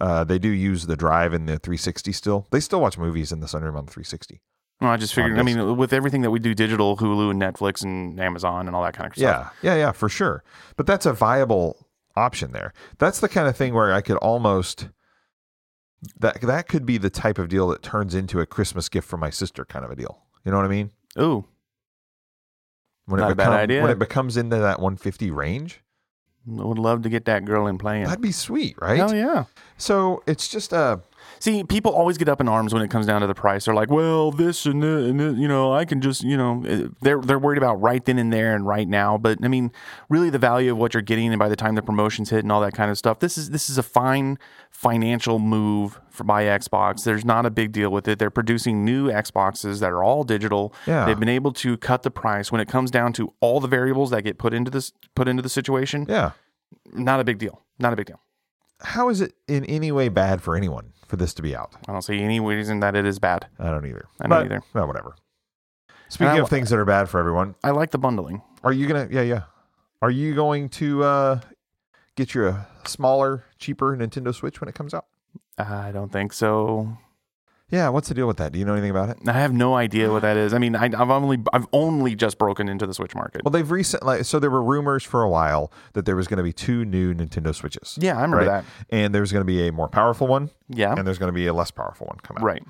uh, they do use the drive in the 360 still. They still watch movies in the sunroom on the 360.
No, I just figured. I
On this-
mean, with everything that we do digital, Hulu and Netflix and Amazon and all that kind of stuff.
Yeah, yeah, yeah, for sure. But that's a viable option there. That's the kind of thing where I could almost that that could be the type of deal that turns into a Christmas gift for my sister kind of a deal. You know what I mean?
Yeah. Ooh,
When
Not a bad idea.
when it becomes into that 150 range,
I would love to get that girl in playing.
that'd be sweet, right?
Hell yeah.
So it's just uh, a
See, people always get up in arms when it comes down to the price. They're like, "Well, this and that, and that, you know, I can just, you know, eh, they're they're worried about right then and there and right now." But I mean, really, the value of what you're getting, and by the time the promotions hit and all that kind of stuff, this is this is a fine financial move for by Xbox. There's not a big deal with it. They're producing new Xboxes that are all digital.
Yeah.
They've been able to cut the price when it comes down to all the variables that get put into this put into the situation.
yeah.
Not a big deal. Not a big deal.
How is it in any way bad for anyone for this to be out?
I don't see any reason that it is bad.
I don't either.
I don't
But,
either.
No, whatever. Speaking
I-
of things that are bad for everyone,
I like the bundling.
Are you gonna? Yeah, yeah. Are you going to uh, get you a smaller, cheaper Nintendo Switch when it comes out?
I don't think so.
Yeah. What's the deal with that? Do you know anything about it?
I have no idea what that is. I mean, I, I've only I've only just broken into the Switch market.
Well, they've recently. So there were rumors for a while that there was going to be two new Nintendo Switches.
yeah, I remember
right?
that.
And there's going to be a more powerful one,
Yeah,
and there's going to be a less powerful one coming out.
right.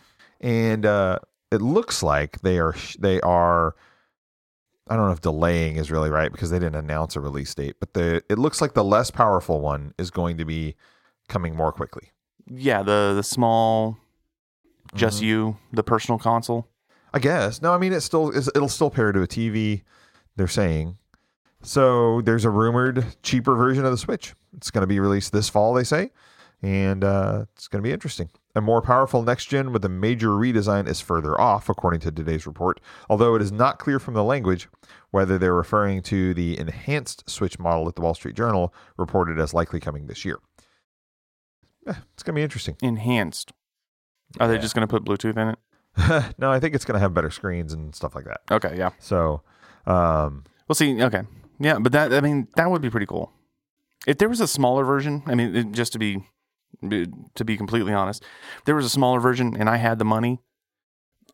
And uh, it looks like they are sh- they are. I don't know if delaying is really right because they didn't announce a release date, but the it looks like the less powerful one is going to be coming more quickly.
Yeah, the the small Just
Mm-hmm.
you, the personal console.
I guess. No, I mean it's still it's, it'll still pair to a TV. They're saying. So there's a rumored cheaper version of the Switch. It's going to be released this fall, they say, and uh, it's going to be interesting. A more powerful next gen with a major redesign is further off, according to today's report. Although it is not clear from the language whether they're referring to the enhanced Switch model that the Wall Street Journal reported as likely coming this year. Eh, it's going to be interesting. *laughs*
Enhanced. Are they just going to put Bluetooth in it?
no, I think it's going to have better screens and stuff like that.
Okay, yeah.
So, um,
We'll see. Okay, yeah, but that I mean that would be pretty cool. If there was a smaller version, I mean, it, just to be to be completely honest, if there was a smaller version, and I had the money.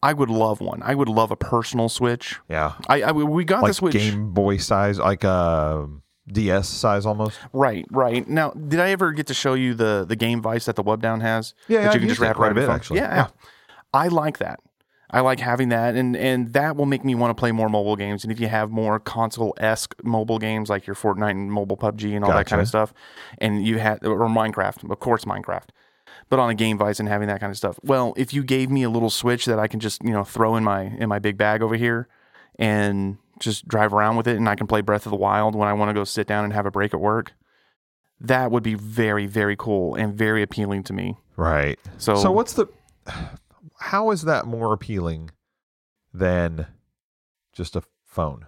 I would love one. I would love a personal Switch.
yeah,
I, I we got the
like
Switch
Game Boy size, like uh, DS size almost.
right, right. Now, did I ever get to show you the the game vice that the web down has?
Yeah,
that
yeah,
you
I've
can
used
just
that
wrap
quite a
around your
bit,
phone.
actually.
Yeah,
Yeah.
I like that. I like having that, and and that will make me want to play more mobile games. And if you have more console esque mobile games like your Fortnite and mobile PUBG and all that kind
Gotcha.
of stuff, and you had or Minecraft, of course Minecraft, but on a game vice and having that kind of stuff. Well, if you gave me a little Switch that I can just you know throw in my in my big bag over here, and just drive around with it, and I can play Breath of the Wild when I want to go sit down and have a break at work. That would be very very cool and very appealing to me.
Right.
So
So what's the? How is that more appealing than just a phone?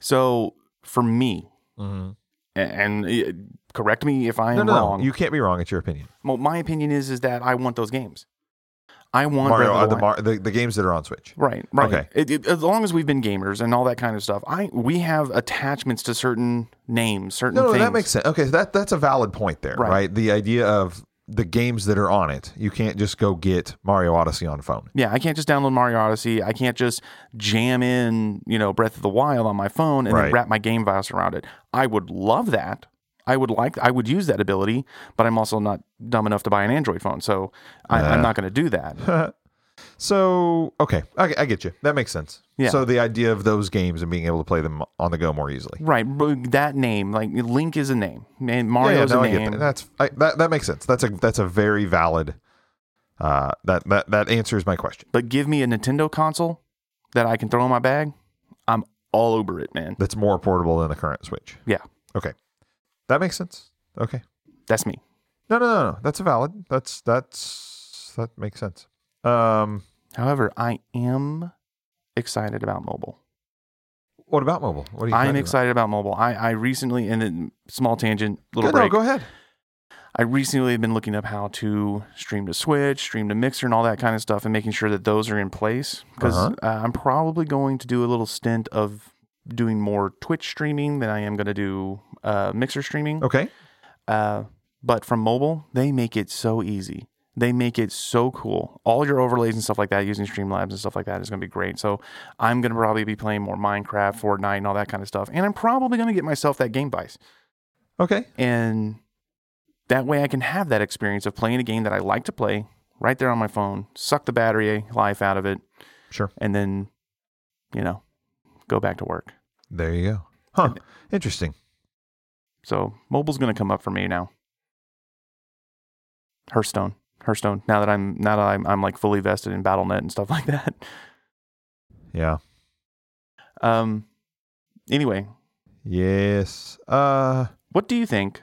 So for me,
Mm-hmm.
a- and uh, correct me if I am
No, no,
wrong.
you can't be wrong. It's your opinion.
well, my opinion is is that I want those games. I want
Mario,
Breath
uh,
of the
the,
Wild.
Mar- the the games that are on Switch.
Right, right.
Okay.
It, it- as long as we've been gamers and all that kind of stuff, I we have attachments to certain names, certain
No, no,
things.
that makes sense. Okay, so that that's a valid point there, right.
Right.
The idea of the games that are on it. You can't just go get Mario Odyssey on phone.
Yeah, I can't just download Mario Odyssey. I can't just jam in, you know, Breath of the Wild on my phone and
Right.
then wrap my game vice around it. I would love that. I would like. I would use that ability, but I'm also not dumb enough to buy an Android phone, so I, I'm not going to do that.
So okay, I, I get you. That makes sense.
Yeah.
So the idea of those games and being able to play them on the go more easily.
Right, but that name, like Link is a name, and Mario's
no,
a
I get
name.
that. That's I, that that makes sense. That's a that's a very valid. Uh, that that that answers my question.
But give me a Nintendo console that I can throw in my bag. I'm all over it, man.
That's more portable than the current Switch.
Yeah.
Okay, that makes sense. Okay.
That's me.
No, no, no, no. That's a valid. That's that's that makes sense. Um,
However, I am excited about mobile.
what about mobile? What are you?
I'm
talking
excited about mobile. I, I recently, and then small tangent, little
About? Good, no,
break.
go ahead.
I recently have been looking up how to stream to Switch, stream to Mixer, and all that kind of stuff, and making sure that those are in place because
Uh-huh.
uh I'm probably going to do a little stint of doing more Twitch streaming than I am going to do uh, Mixer streaming.
Okay.
Uh, but from mobile, they make it so easy. They make it so cool. All your overlays and stuff like that using Streamlabs and stuff like that is going to be great. So I'm going to probably be playing more Minecraft, Fortnite, and all that kind of stuff. And I'm probably going to get myself that Game Vice.
Okay.
And that way I can have that experience of playing a game that I like to play right there on my phone, suck the battery life out of it,
Sure.
and then, you know, go back to work.
There you go. Huh. Interesting.
So mobile's going to come up for me now. Hearthstone, Hearthstone. Now that I'm now that I'm, I'm like fully vested in BattleNet and stuff *laughs* like that.
Yeah.
Um. Anyway,
Yes. Uh.
what do you think?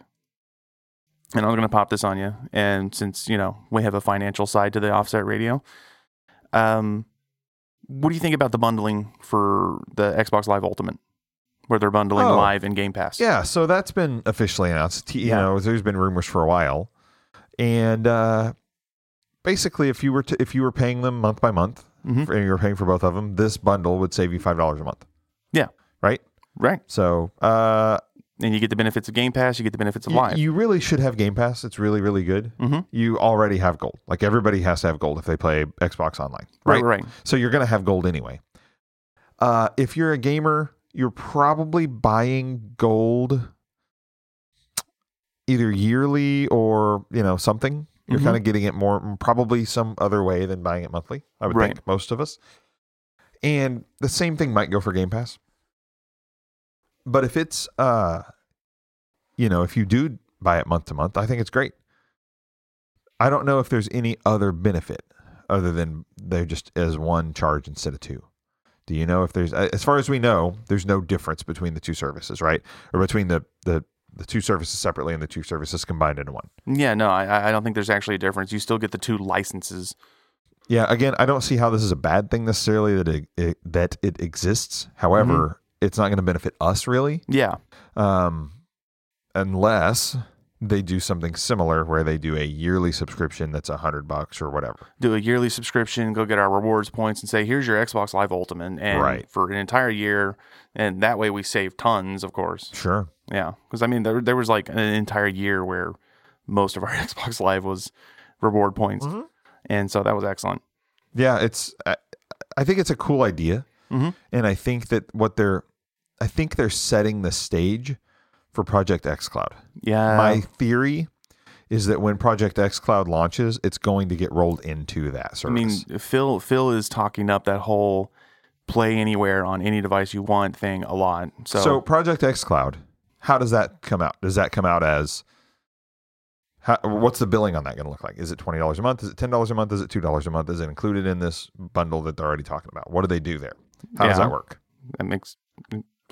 And I'm going to pop this on you. And since you know we have a financial side to the Offset Radio, um, what do you think about the bundling for the Xbox Live Ultimate, where they're bundling
Oh.
Live and Game Pass?
Yeah, so that's been officially announced. T- You
Yeah.
know, there's been rumors for a while, and uh, basically, if you were to, if you were paying them month by month,
Mhm.
and you were paying for both of them, this bundle would save you five dollars a month.
Yeah.
right.
Right.
So, uh,
And you get the benefits of Game Pass. You get the benefits of
y-
Live.
you really should have Game Pass. It's really, really good.
Mhm.
You already have gold. Like everybody has to have gold if they play Xbox Online, right?
Right. right.
So you're going to have gold anyway. Uh, if you're a gamer, you're probably buying gold either yearly or you know something. You're
Mhm.
kind of getting it more mm, probably some other way than buying it monthly. I would
Right.
think most of us. And the same thing might go for Game Pass. But if it's uh you know, if you do buy it month to month, I think it's great. I don't know if there's any other benefit. other than they're just as one charge instead of two? Do you know if there's, as far as we know, there's no difference between the two services, right? Or between the the the two services separately and the two services combined into one.
Yeah, no, I, I don't think there's actually a difference. You still get the two licenses.
Yeah, again, I don't see how this is a bad thing necessarily that it, it that it exists. However, it's not going to benefit us really,
Yeah,
um, unless they do something similar where they do a yearly subscription that's a hundred bucks or whatever.
do a yearly subscription, go get our rewards points, and say, "Here's your Xbox Live Ultimate," and
Right.
for an entire year, and that way we save tons, of course.
Sure.
Yeah, because I mean, there there was like an entire year where most of our *laughs* Xbox Live was reward points,
Mhm.
and so that was excellent.
Yeah, it's. I, I think it's a cool idea,
Mhm.
and I think that what they're, I think they're setting the stage for Project X Cloud.
Yeah,
My theory is that when Project X Cloud launches, it's going to get rolled into that
I
service.
mean, Phil Phil is talking up that whole play anywhere on any device you want thing a lot. So,
So, Project X Cloud, how does that come out? Does that come out as how, what's the billing on that going to look like? Is it twenty dollars a month? Is it ten dollars a month? Is it two dollars a month? Is it included in this bundle that they're already talking about? What do they do there? How does
Yeah.
that work?
that makes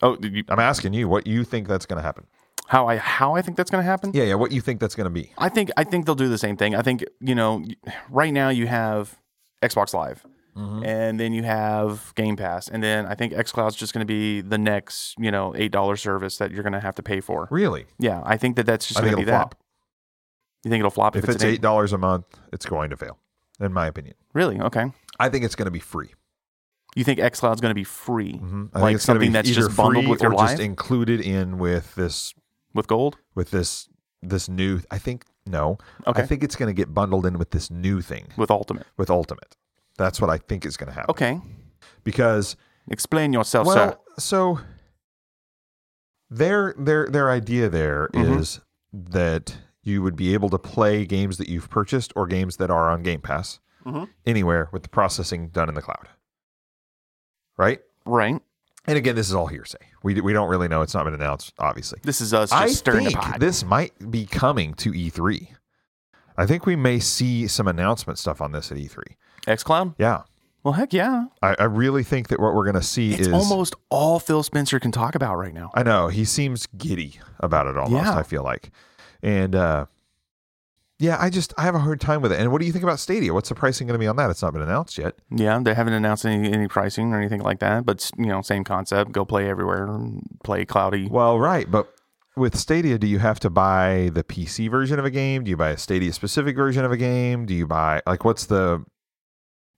oh, did you,
I'm asking you what you think that's going to happen.
how I how I think that's going to happen.
Yeah, yeah. What you think that's going to be?
I think I think they'll do the same thing. I think you know, *sighs* right now you have Xbox Live,
Mm-hmm.
and then you have Game Pass, and then I think XCloud's just going to be the next you know eight dollar service that you're going to have to pay for.
Really?
Yeah, I think that that's just
I
going
think
to be
it'll
that.
flop.
You think it'll flop
If,
if,
it's
an
eight dollars a month, it's going to fail, in my opinion.
Really? Okay.
I think it's going to be free.
You think XCloud's going to be free
Mhm. I
Mm-hmm. Like
think it's gonna
something
be
that's
either
just bundled
free
with your
or
live?
just included in with this
with gold?
with this this new. I think no. I
Okay.
think it's going to get bundled in with this new thing
With Ultimate.
with Ultimate. That's what I think is going to happen.
Okay. Oh,
Because
Explain yourself,
well,
sir.
so their their their idea there is
Mhm.
that you would be able to play games that you've purchased or games that are on Game Pass
Mhm.
anywhere with the processing done in the cloud. Right?
Right.
And again, this is all hearsay. We we don't really know. It's not been announced, obviously.
This is us just
I
stirring
think
the pot.
this might be coming to E3. I think we may see some announcement stuff on this at E3.
XCloud?
Yeah,
Well, heck yeah.
I, I really think that what we're going to see
It's
is
almost all Phil Spencer can talk about right now.
I know he seems giddy about it almost.
Yeah.
I feel like, and uh, yeah, I just I have a hard time with it. And what do you think about Stadia? What's the pricing going to be on that? It's not been announced yet.
Yeah, they haven't announced any, any pricing or anything like that, but you know, same concept. Go play everywhere, and play cloudy.
Well, right, but with Stadia, do you have to buy the PC version of a game? Do you buy a Stadia specific version of a game? Do you buy like what's the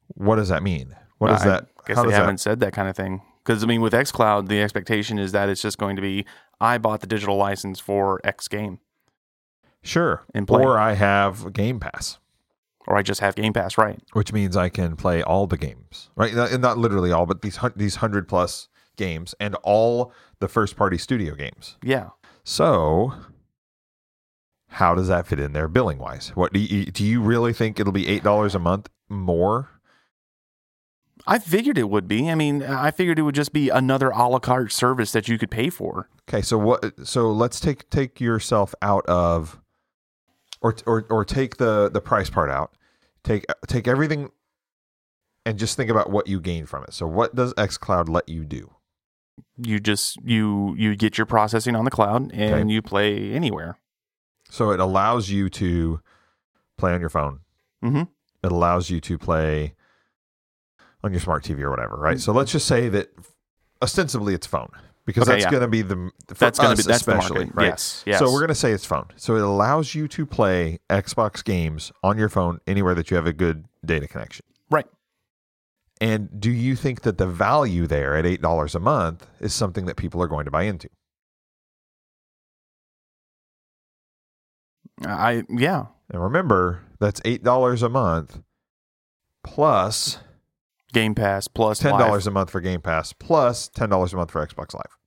what does that mean? What is
I
that?
Guess
how
they
does that-
haven't said that kind of thing. Because I mean, with XCloud, the expectation is that it's just going to be I bought the digital license for X game,
Sure.
and play.
Or I have Game Pass,
or I just have Game Pass, right?
which means I can play all the games, right? Not, not literally all, but these hun- these hundred plus games and all the first party studio games.
Yeah,
So, how does that fit in there billing wise? What do you, do you really think it'll be eight dollars a month more?
I figured it would be. I mean, I figured it would just be another a la carte service that you could pay for.
Okay, so what? So let's take take yourself out of, or or or take the the price part out. Take take everything, and just think about what you gain from it. So what does XCloud let you do?
You just you you get your processing on the cloud and
Okay.
you play anywhere.
So it allows you to play on your phone.
Mm-hmm.
It allows you to play on your smart TV or whatever, right? So let's just say that ostensibly it's phone because
Okay,
that's
yeah.
going to be the for
That's going to
us
be that's the
especially
market.
right.
Yes, yes.
So we're going to say it's phone. So it allows you to play Xbox games on your phone anywhere that you have a good data connection.
Right.
And do you think that the value there at $8 a month is something that people are going to buy into?
I yeah
And remember, that's $8 a month plus
Game Pass plus
$10
Live.
a month for Game Pass plus $10 a month for Xbox Live.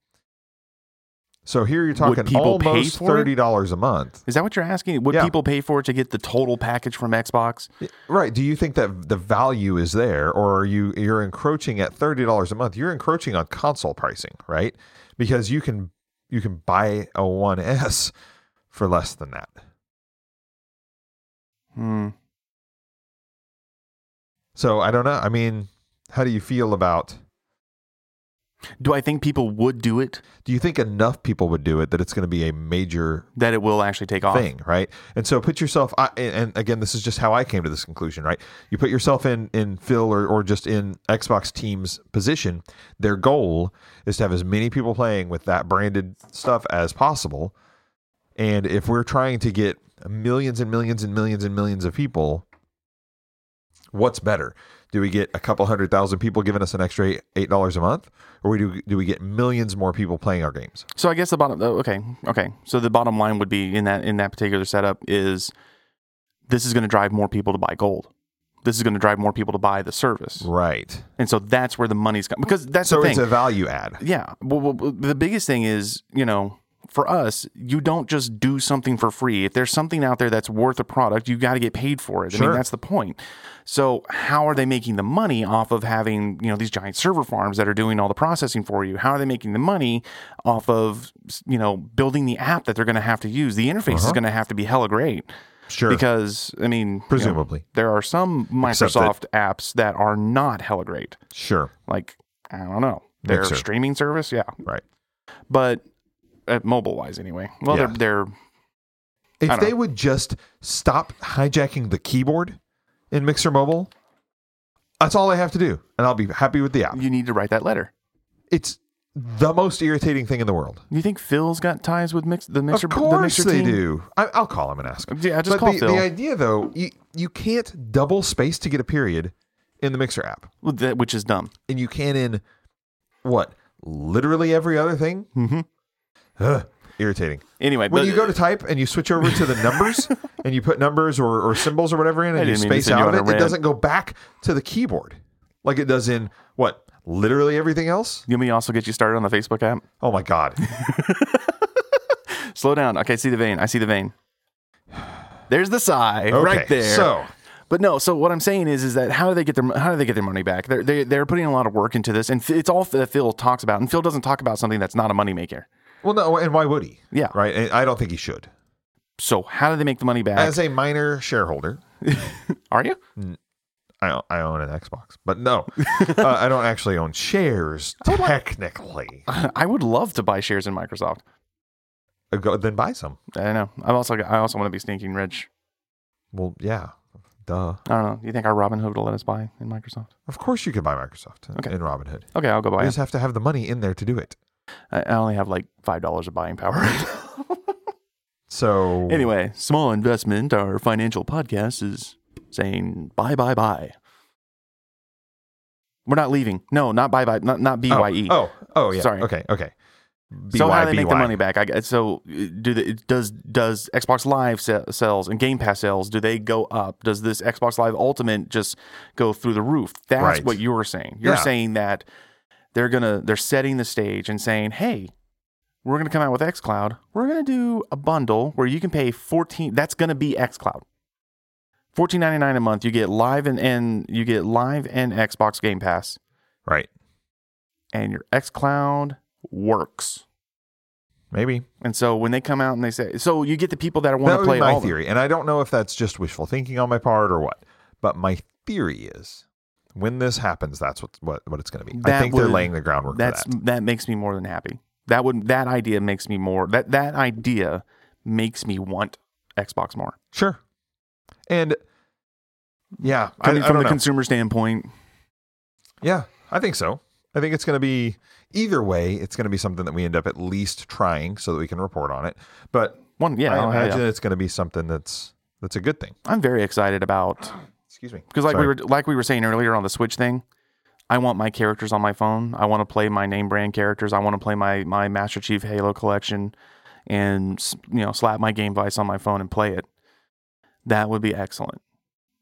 So here you're
Would
talking
people pay
almost
for it?
$30 a month.
Is that what you're asking? Would
Yeah.
people pay for it to get the total package from Xbox?
Right. Do you think that the value is there, or are you you're encroaching at thirty dollars a month? You're encroaching on console pricing, right? Because you can you can buy a 1S for less than that.
Hmm.
So I don't know. I mean, how do you feel about?
Do I think people would do it?
Do you think enough people would do it that it's going to be a major
That it will actually take off?
thing, right? And so put yourself. I, and and again, this is just how I came to this conclusion, right? You put yourself in in Phil or, or just in Xbox team's position. Their goal is to have as many people playing with that branded stuff as possible. And if we're trying to get millions and millions and millions and millions of people, what's better? Do we get a couple hundred thousand people giving us an extra eight- eight dollars a month, or we do do we get millions more people playing our games?
So I guess the bottom. oh, Okay, okay. So the bottom line would be in that in that particular setup is this is going to drive more people to buy gold. This is going to drive more people to buy the service,
Right.
and so that's where the money's coming. Because that's
So
the
it's
thing.
a value add.
yeah. Well, well, well, the biggest thing is you know for us you don't just do something for free. If there's something out there that's worth a product, you got to get paid for it. I
Sure.
mean that's the point. So how are they making the money off of having you know these giant server farms that are doing all the processing for you? How are they making the money off of you know building the app that they're going to have to use? The interface is going to have to be hella great
Uh-huh. Sure.
because I mean you know,
Presumably.
there are some
Except that-
Microsoft apps that are not hella great.
Sure.
Like I don't know. Their
Mixer.
streaming service, yeah,
Right.
but uh, mobile wise, anyway. Well,
Yeah.
they're, they're I
If
don't
they
know.
would just stop hijacking the keyboard in Mixer Mobile, that's all I have to do, and I'll be happy with the app.
you need to write that letter.
It's the most irritating thing in the world.
You think Phil's got ties with mix, the mixer?
of course
the mixer
they
team?
do. I, I'll call him and ask. Him.
Yeah, just
but
call
the,
Phil.
the idea, though, you, you can't double space to get a period in the Mixer app,
Well, that- which is dumb.
and you can in what literally every other thing.
Mm-hmm.
Ugh, irritating.
Anyway,
When
but
you go to type and you switch over
*laughs*
to the numbers and you put numbers or, or symbols or whatever in and you
didn't mean to
space
send you
out
on
of
a
it, it
rant.
doesn't go back to the keyboard like it does in what? Literally everything else?
let me also get you started on the Facebook app.
Oh my God.
Slow down. Okay, I see the vein. I see the vein. There's the sigh *laughs*
Okay,
right there.
So,
But no, so what I'm saying is, is that how do they get their how do they get their money back? They're they, they're putting a lot of work into this, and it's all that Phil talks about. And Phil doesn't talk about something that's not a moneymaker.
well, no, and why would he?
Yeah.
Right? And I don't think he should.
So how do they make the money back?
As a minor shareholder,
Are you? *laughs*
I, I own an Xbox, but no, uh, I don't actually own shares technically.
I would love to buy shares in Microsoft.
Uh, Go, then buy some.
I know. I also I also want to be stinking rich.
Well, yeah. Duh.
I don't know. Do you think our Robinhood will let us buy in Microsoft?
Of course you can buy Microsoft
Okay.
and Robinhood.
Okay, I'll go
You
buy
just
it.
have to have the money in there to do it.
I I only have like five dollars of buying power. *laughs*
So
anyway, small investment. Our financial podcast is saying bye bye bye. We're not leaving. No, not bye bye. Not not
Oh,
BYE.
Oh, oh, yeah.
E. Sorry.
Okay, okay. E,
so how do they
BY.
make the money back? I, gu- so uh, do the, does does Xbox Live se- sales and Game Pass sales do they go up? Does this Xbox Live Ultimate just go through the roof? That's
Right.
what you were saying. You're
Yeah.
saying that they're gonna they're setting the stage and saying, hey, we're gonna come out with XCloud. We're gonna do a bundle where you can pay fourteen. That's gonna be XCloud. Fourteen ninety nine a month. You get live and, and you get live and Xbox Game Pass,
Right.
and your XCloud works.
Maybe.
And so when they come out and they say, so you get the people that
That
want to
would be
play
my
all the-
theory. And I don't know if that's just wishful thinking on my part or what. But my theory is when this happens, that's what what, what it's going to be. I
That
think they're
would-
laying the groundwork
That's
for that.
that. makes me more than happy. That would that idea makes me more that that idea makes me want Xbox more.
Sure. And yeah, I,
Coming
I
from
don't
the
know.
consumer standpoint,
yeah, I think so. I think it's going to be either way. It's going to be something that we end up at least trying so that we can report on it. But
one yeah,
I
I
imagine it's going to be something that's that's a good thing.
am very excited about
Excuse me.
because like
Sorry.
we were like we were saying earlier on the Switch thing. I want my characters on my phone. I want to play my name brand characters. I want to play my my Master Chief Halo collection, and s- you know, slap my Game Vice on my phone and play it. That would be excellent.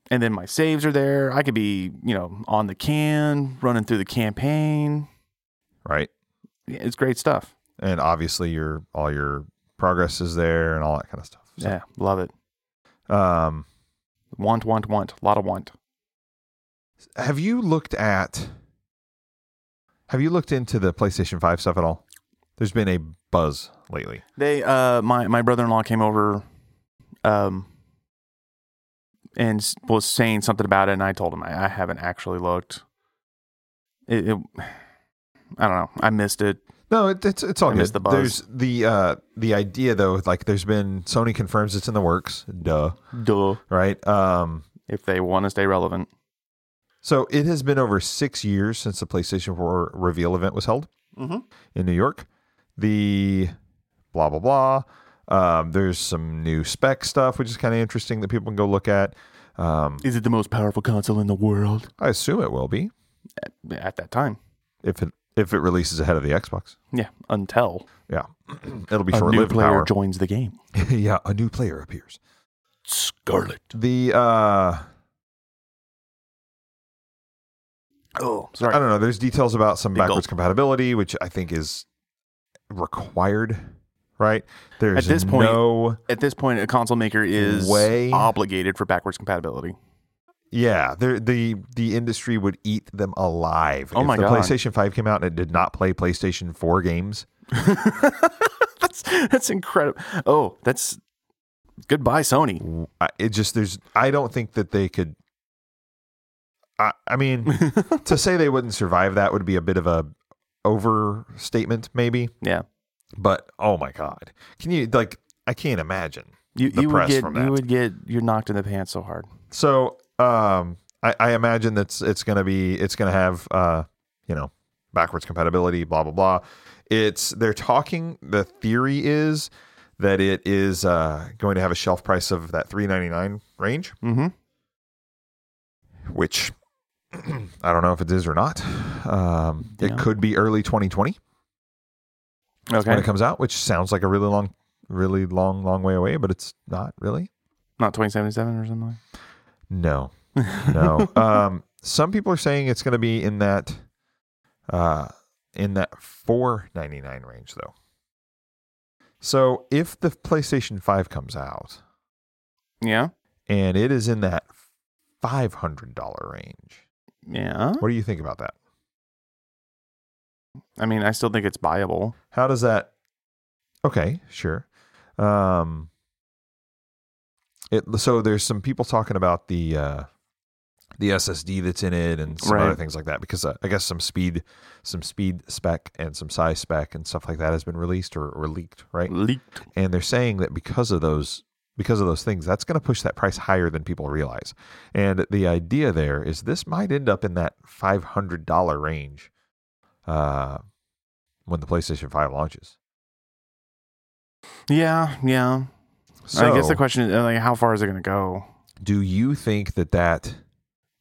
And then my saves are there. I could be you know on the can, running through the campaign.
right.
Yeah, It's great stuff.
and obviously your all your progress is there and all that kind of stuff. So,
Yeah, love it.
Um,
Want, want, want. A lot of want.
have you looked at? Have you looked into the PlayStation Five stuff at all? There's been a buzz lately.
They uh my my brother in law came over um and s- was saying something about it, and I told him I, I haven't actually looked. It, it, I don't know. I missed it.
No, it, it's it's all
I
good.
missed the buzz.
There's the uh, the idea though, like there's been Sony confirms it's in the works. Duh,
Duh.
right? Um,
If they want to stay relevant,
so it has been over six years since the PlayStation 4 reveal event was held
Mhm.
in New York. The blah blah blah. Um, there's some new spec stuff, which is kind of interesting that people can go look at. Um,
is it the most powerful console in the world
I assume it will be
at that time?
if it if it releases ahead of the Xbox. *clears throat*
Yeah, until
Yeah, it'll be
a
short
new
lived.
player
Power.
joins the game.
*laughs* yeah, a new player appears.
Scarlet.
the uh
Oh,
i
sorry.
don't know there's details about some
Big gulp.
backwards compatibility which i think is required right there's
this point,
no
At this point, a console maker is
Way-
obligated for backwards compatibility.
yeah there the the industry would eat them alive
Oh
if
my
the
God.
playstation 5 came out and it did not play playstation 4 games
*laughs* that's that's incredible. Oh, that's goodbye, Sony.
I- it just there's i don't think that they could i
*laughs*
i mean to say they wouldn't survive that would be a bit of a overstatement maybe
yeah,
but oh my god can you like i can't imagine
you
The
you would
press
get
from that.
you would get you're knocked in the pants so hard.
So um, I, I imagine that's it's gonna be it's gonna have uh, you know backwards compatibility, blah blah blah. It's they're talking. The theory is that it is uh, going to have a shelf price of that three ninety nine range,
Mm-hmm.
which *clears throat* I don't know if it is or not. Um,
Yeah.
It could be early twenty twenty when
Okay,
it comes out, which sounds like a really long, really long, long way away, but it's not really.
not 2077 or something. like-
No, *laughs*
*laughs*
no. um, some people are saying it's going to be in that, uh, in that four ninety nine range though. So if the PlayStation Five comes out
Yeah,
and it is in that five hundred dollar range,
yeah.
what do you think about that?
I mean, I still think it's buyable.
How does that? Okay, sure. Um, it so there's some people talking about the uh, the SSD that's in it and some
Right.
other things like that because uh, I guess some speed, some speed spec and some size spec and stuff like that has been released or, or leaked, right?
Leaked.
And they're saying that because of those because of those things, that's going to push that price higher than people realize. And the idea there is this might end up in that five hundred dollar range uh, when the PlayStation Five launches.
Yeah, yeah.
So,
I guess the question is, uh, like, how far is it going to go?
do you think that that?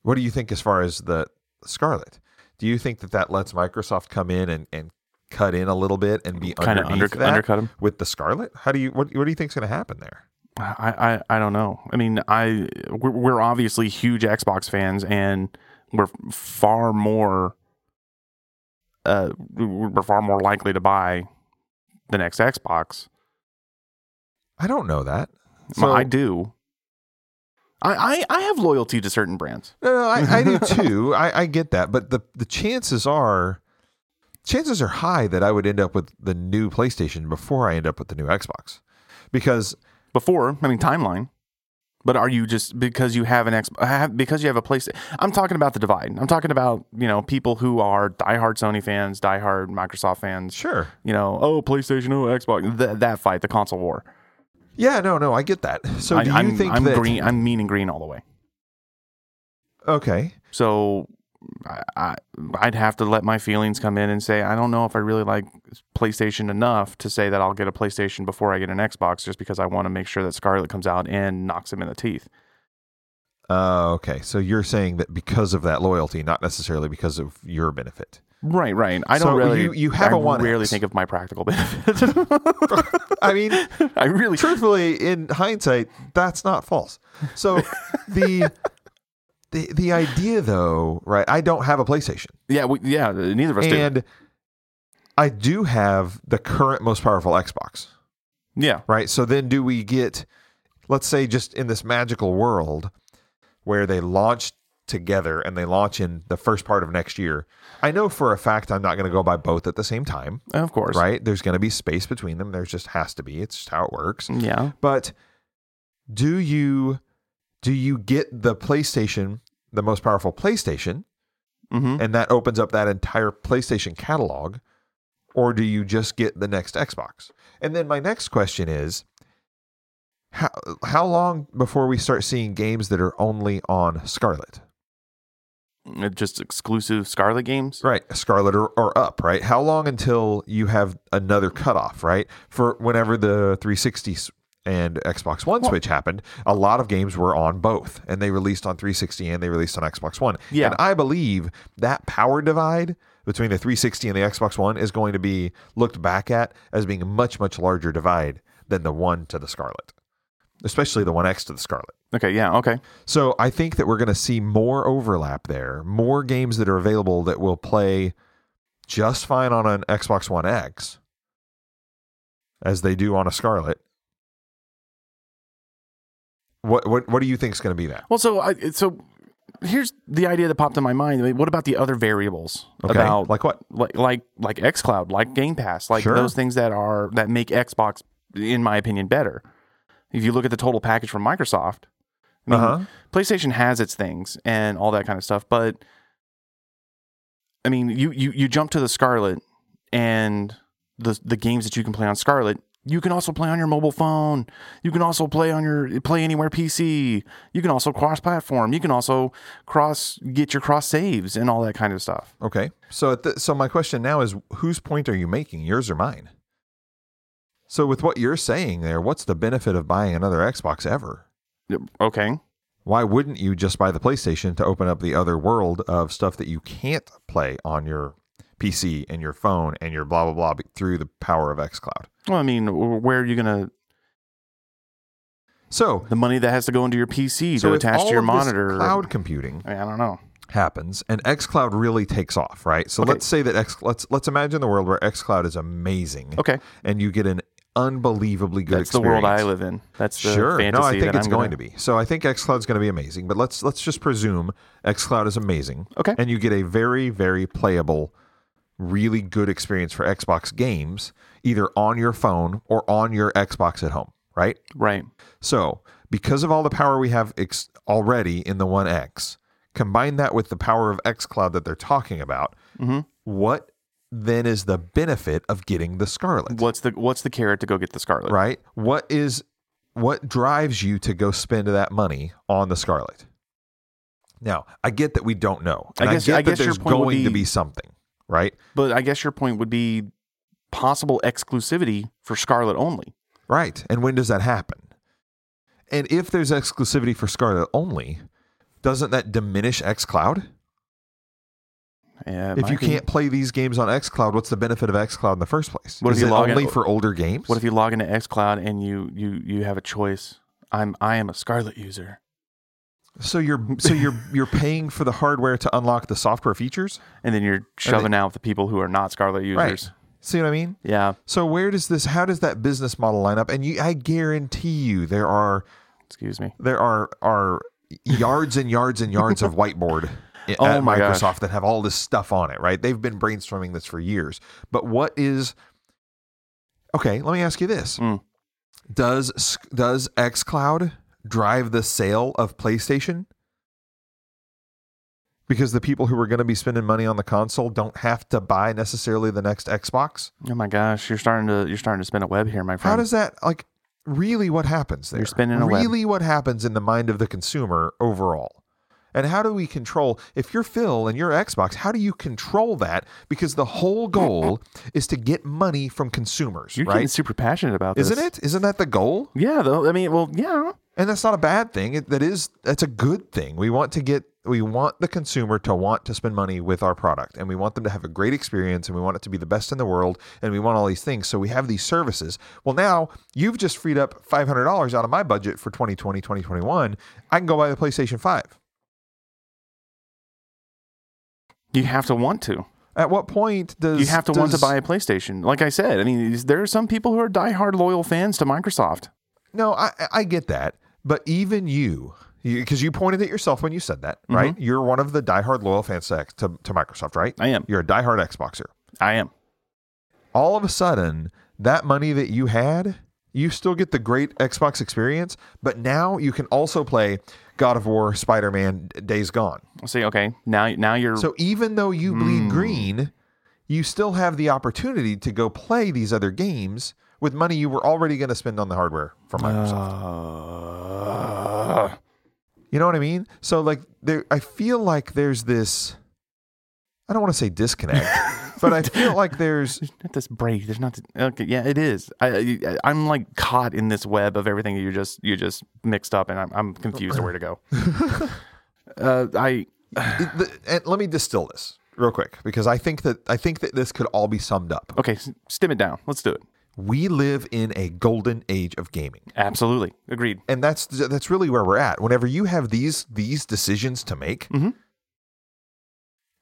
What do you think as far as the Scarlet? Do you think that that lets Microsoft come in and, and cut in a little bit and be
Kind of
underneath
under,
that
undercut him.
with the Scarlet? How do you what what do you think's going to happen there?
I, I I don't know. I mean, I we're, we're obviously huge Xbox fans, and we're far more uh we're far more likely to buy the next Xbox.
I don't know that.
Well,
So-
I do. I, I I have loyalty to certain brands.
No, no, I,
*laughs*
I do too. I, I get that, but the the chances are, chances are high that I would end up with the new PlayStation before I end up with the new Xbox, because
before. I mean, timeline. But are you just because you have an ex have, because you have a place? I'm talking about the divide. I'm talking about you know people who are diehard Sony fans, diehard Microsoft fans.
sure,
You know, oh PlayStation, oh Xbox, th- that fight, the console war.
yeah, no, no, I get that. So
I,
do you
I'm,
think
I'm
that
green. I'm mean and green all the way.
okay?
So I, I I'd have to let my feelings come in and say I don't know if I really like PlayStation enough to say that I'll get a PlayStation before I get an Xbox just because I want to make sure that Scarlet comes out and knocks him in the teeth.
Uh, okay. So you're saying that because of that loyalty, not necessarily because of your benefit.
Right, right. I don't
So
really.
you- you have
I
a One
rarely
X.
think of my practical *laughs* benefit.
I mean,
I really.
truthfully, in hindsight, that's not false.
*laughs*
So the the the idea, though, right? I don't have a PlayStation,
Yeah, we, yeah. Neither of us do.
and I do have the current most powerful Xbox,
Yeah,
right? So then, do we get, let's say, just in this magical world where they launch together and they launch in the first part of next year? I know for a fact I'm not going to go buy both at the same time.
of course.
right? There's going to be space between them. There just has to be. It's just how it works.
Yeah.
But do you do you get the PlayStation, the most powerful PlayStation,
Mm-hmm.
and that opens up that entire PlayStation catalog, or do you just get the next Xbox? And then my next question is how how long before we start seeing games that are only on Scarlet?
Just exclusive Scarlet games.
Right, Scarlet or, or up, right? How long until you have another cutoff, right? For whenever the 360 s- and Xbox One
Well-
Switch happened, a lot of games were on both, and they released on 360 and they released on Xbox One.
Yeah.
And I believe that power divide between the 360 and the Xbox One is going to be looked back at as being a much, much larger divide than the one to the Scarlet, especially the One X to the Scarlet.
Okay. Yeah. Okay.
So I think that we're going to see more overlap there, more games that are available that will play just fine on an Xbox One X as they do on a Scarlet. What what what do you think is going to be that?
Well, so I, so here's the idea that popped in my mind. I mean, what about the other variables
Okay,
about
like what?
like like like xCloud, like Game Pass, like
Sure.
those things that are that make Xbox, in my opinion, better. If you look at the total package from Microsoft, I mean,
Uh-huh.
PlayStation has its things and all that kind of stuff, but I mean, you you you jump to the Scarlet and the the games that you can play on Scarlet, you can also play on your mobile phone. You can also play on your play anywhere PC. You can also cross platform. You can also cross get your cross saves and all that kind of stuff.
Okay. So at the, so my question now is whose point are you making? Yours or mine? So with what you're saying there, what's the benefit of buying another Xbox ever?
Yep, Okay.
why wouldn't you just buy the PlayStation to open up the other world of stuff that you can't play on your PC and your phone and your blah blah blah b- through the power of XCloud?
Well, I mean, wh- where are you gonna
So,
the money that has to go into your PC
so
to
if
attach
all
to your
of this
monitor?
cloud computing
I, mean, I don't know.
happens and XCloud really takes off, right? So
Okay.
let's say that X let's let's imagine the world where XCloud is amazing
Okay,
and you get an unbelievably good
that's the
experience.
world I live in. That's the
sure.
Fantasy
no, I think
that
it's
I'm gonna-
going to be. So I think XCloud's going to be amazing, but let's let's just presume XCloud is amazing.
Okay.
And you get a very very playable, really good experience for Xbox games either on your phone or on your Xbox at home, right?
Right.
So, because of all the power we have ex- already in the One X, combine that with the power of XCloud that they're talking about,
Mm-hmm.
what then is the benefit of getting the Scarlet?
What's the what's the carrot to go get the Scarlet?
right? What is what drives you to go spend that money on the Scarlet? Now, I get that we don't know.
I
and
guess-
I
I
get that
guess your
there's
point would
going to
be-
be something, right?
But I guess your point would be possible exclusivity for Scarlet only.
Right. And when does that happen? And if there's exclusivity for Scarlet only, doesn't that diminish XCloud?
Yeah, it
If you
might be.
can't play these games on XCloud, what's the benefit of XCloud in the first place?
What if
Is
you
it
log in-
only for older games?
what if you log into XCloud and you you you have a choice? I'm I am a Scarlet user,
so you're so you're you're paying for the hardware to unlock the software features?
and then you're shoving out the people who are not Scarlet users.
Right. See what I mean?
Yeah,
So where does this? How does that business model line up? And you, I guarantee you, there are
excuse me.
there are are yards and yards and yards of whiteboard i-
*laughs* Oh
at
my gosh.
Microsoft that have all this stuff on it. Right? They've been brainstorming this for years. But what is? Okay, let me ask you this:
Mm.
Does s- does XCloud drive the sale of PlayStation? Because the people who are going to be spending money on the console don't have to buy necessarily the next Xbox.
Oh my gosh, you're starting to you're starting to spin a web here, my friend.
How does that like really what happens there?
You're spinning a web.
really what happens in the mind of the consumer overall? And how do we control if you're Phil and you're Xbox, how do you control that? Because the whole goal is to get money from consumers,
you're getting
right?
super passionate about this,
Isn't it? Isn't that the goal?
Yeah, though. I mean, well, yeah.
And that's not a bad thing. It, that is that's a good thing. We want to get we want the consumer to want to spend money with our product and we want them to have a great experience and we want it to be the best in the world and we want all these things. So we have these services. Well, now you've just freed up $500 out of my budget for 2020, 2021. I can go buy the PlayStation 5.
You have to want to.
At what point does
you have to want to
does-
buy a PlayStation. Like I said, I mean, is- there are some people who are diehard loyal fans to Microsoft.
No, I I- I get that, but even you, because you, pointed at yourself when you said that, right? You're one of the diehard loyal fans to, to to Microsoft, right?
Mm-hmm. I am.
You're a diehard Xboxer.
I am.
all of a sudden that money that you had you still get the great Xbox experience, but now you can also play God of War, Spider Man, Days Gone.
See, okay, now now you're
So even though you bleed green, you still have the opportunity to go play these other games with money you were already going to spend on the hardware from Microsoft.
Uh,
You know what I mean? So like there I feel like there's this I don't want to say disconnect, but I feel like there's
not this break. There's not. th- okay, yeah, it is. I, I I'm like caught in this web of everything that you just you just mixed up, and I'm I'm confused of where to *laughs* go. uh, I
it- the- and let me distill this real quick because I think that I think that this could all be summed up.
okay, s- stim it down. Let's do it.
We live in a golden age of gaming.
Absolutely agreed.
and that's that's really where we're at. Whenever you have these these decisions to make,
Mhm.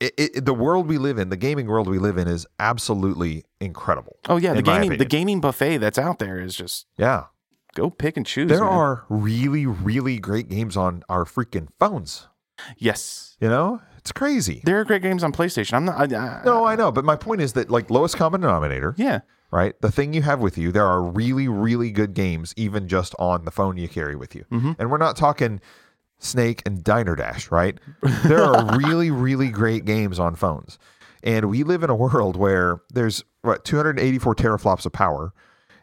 it, it, the world we live in, the gaming world we live in, is absolutely incredible.
Oh yeah, the
in my
gaming the
opinion.
gaming buffet that's out there is just
yeah,
go pick and choose.
there
man.
are really really great games on our freaking phones.
yes,
You know, it's crazy.
there are great games on PlayStation. I'm not. I, I,
no, I know, but my point is that like lowest common denominator,
yeah,
right? The thing you have with you, there are really really good games even just on the phone you carry with you,
Mm-hmm.
and we're not talking. Snake and Diner
*laughs*
Dash, right? There are really, really great games on phones. And we live in a world where there's what 284 teraflops of power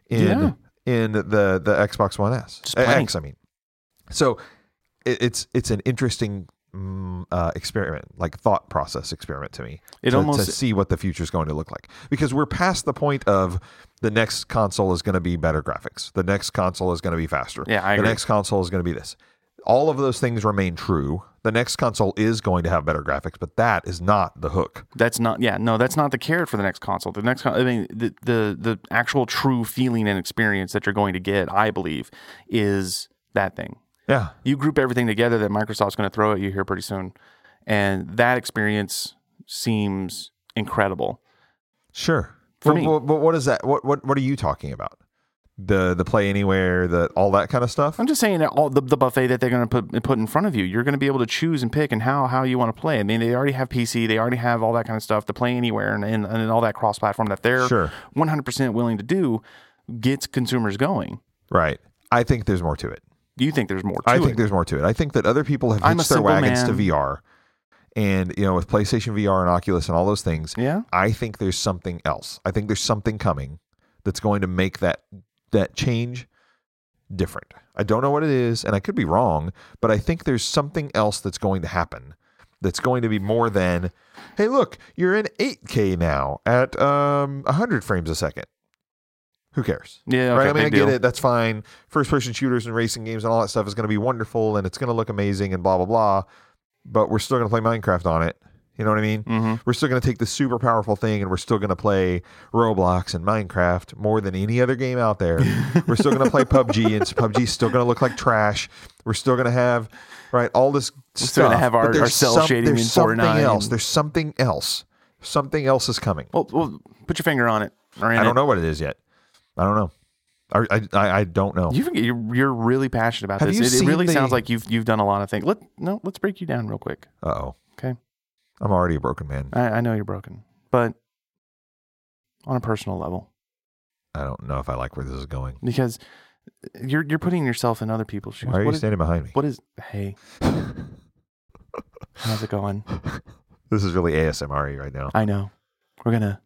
in
Yeah.
in the the Xbox One S.
Just
Uh,
plenty.
X, I mean. So it, it's it's an interesting mm, uh, experiment, like thought process experiment to me.
It
to,
almost-
to see what the future is going to look like because we're past the point of the next console is going to be better graphics. The next console is going to be faster
Yeah, I
the
agree.
next console is going to be this. All of those things remain true. The next console is going to have better graphics, but that is not the hook.
That's not yeah no that's not the carrot for the next console. The next con- I mean the, the the actual true feeling and experience that you're going to get, I believe, is that thing.
Yeah.
You group everything together that Microsoft's going to throw at you here pretty soon, and that experience seems incredible.
Sure.
For
but,
me.
but- but what is that? What what what are you talking about? The the play anywhere, the all that kind of stuff?
I'm just saying that all the, the buffet that they're going to put put in front of you, you're going to be able to choose and pick and how how you want to play. I mean, they already have PC, they already have all that kind of stuff to play anywhere, and and, and all that cross platform that they're
Sure.
100% willing to do gets consumers going.
Right. I think there's more to it.
You think there's more? To
I
it.
think there's more to it. I think that other people have
I'm a
hitched their
simple
wagons to
man.
VR. And you know, with PlayStation VR and Oculus and all those things,
Yeah.
I think there's something else. I think there's something coming that's going to make that that change different. I don't know what it is, and I could be wrong, but I think there's something else that's going to happen that's going to be more than, hey, look, you're in 8K now at um 100 frames a second. Who cares?
Yeah, okay,
right? I mean,
big
I
deal.
get it. That's fine. First person shooters and racing games and all that stuff is going to be wonderful and it's going to look amazing and blah, blah, blah. But we're still going to play Minecraft on it. You know what I mean?
Mhm.
We're still going to take this super powerful thing and we're still going to play Roblox and Minecraft more than any other game
*laughs*
out there. we're still going to play PUBG and PUBG's still going to look like trash. We're still going to have, right, all this
still
stuff.
gonna have
But
our- our
there's
cell shading
There's
in
something
Fortnite
else.
and-
There's something else. Something else is coming.
Well, well, put your finger on it. Or in
I don't
it.
know what it is yet. I don't know. I, I- I, I don't know.
You forget- you're, you're really passionate about
Have
this.
you
It, it
seen
really
the-
sounds like you've you've done a lot of things. Let no, let's break you down real quick.
Uh oh.
Okay.
I'm already a broken man.
I, I know you're broken, but on a personal level,
I don't know if I like where this is going.
because you're you're putting yourself in other people's shoes.
Why are you
What is-
standing behind me?
what is
*laughs*
hey? How's it going?
This is really ASMR right now.
I know. We're gonna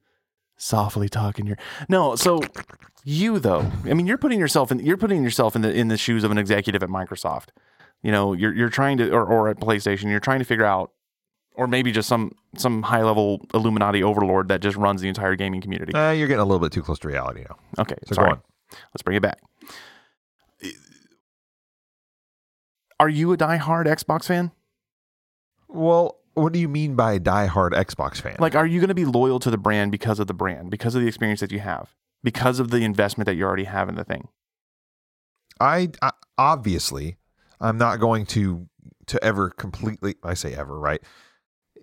softly talk in your no. So you though, I mean, you're putting yourself in you're putting yourself in the in the shoes of an executive at Microsoft. You know, you're you're trying to or or at PlayStation, you're trying to figure out, or maybe just some some high level Illuminati overlord that just runs the entire gaming community.
Uh, you're getting a little bit too close to reality now.
Okay,
So
sorry.
go on.
Let's bring it back. Are you a diehard Xbox fan?
Well, what do you mean by diehard Xbox fan?
Like, are you going to be loyal to the brand because of the brand, because of the experience that you have, because of the investment that you already have in the thing?
I, I obviously I'm not going to to ever completely. I say ever, right?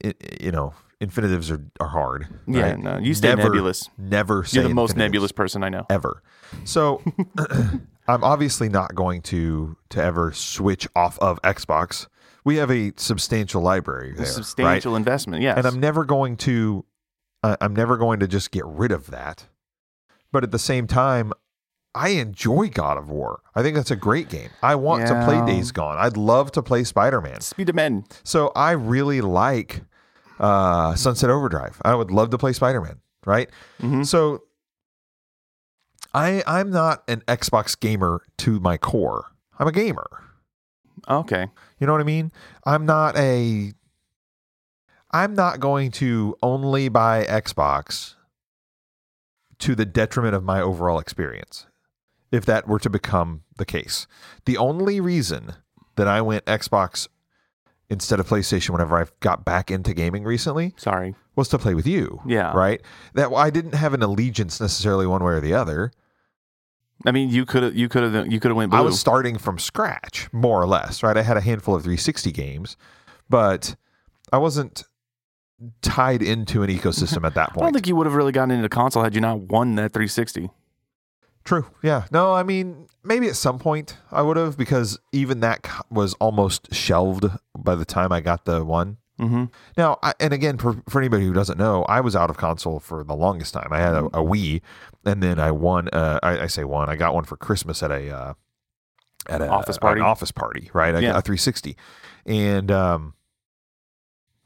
I you know, infinitives are are hard.
Yeah,
right?
no, you stay
Never-
nebulous.
Never say
You're the most
infinitives.
nebulous person I know.
ever. So *clears throat* I'm obviously not going to to ever switch off of Xbox. We have a substantial library there, right?
Substantial investment, yes.
And I'm never going to I I'm never going to just get rid of that. But at the same time, I enjoy God of War. I think that's a great game. I want to play
Yeah.
Days Gone. I'd love to play Spider Man.
Speed of Men.
So I really like uh, Sunset Overdrive. I would love to play Spider Man, right?
Mhm.
So I I'm not an Xbox gamer to my core. I'm a gamer.
Okay.
You know what I mean? I'm not a I'm not going to only buy Xbox to the detriment of my overall experience. If that were to become the case. The only reason that I went Xbox instead of PlayStation whenever I got back into gaming recently
Sorry.
was to play with you.
Yeah.
Right? That I didn't have an allegiance necessarily one way or the other.
I mean, you could have. You could have. You could have went blue.
I was starting from scratch, more or less, right? I had a handful of 360 games, but I wasn't tied into an ecosystem at that
*laughs* I don't
point.
think you would have really gotten into console had you not won that 360.
True. Yeah. No, I mean, maybe at some point I would have, because even that co- was almost shelved by the time I got the one.
Mm-hmm.
Now, I, and again, for, for anybody who doesn't know, I was out of console for the longest time. I had
Mm.
a, a Wii, and then I won. Uh, I, I say won. I got one for Christmas at a uh, at a
Office party.
An office party, right? I
Yeah.
got a 360, and um,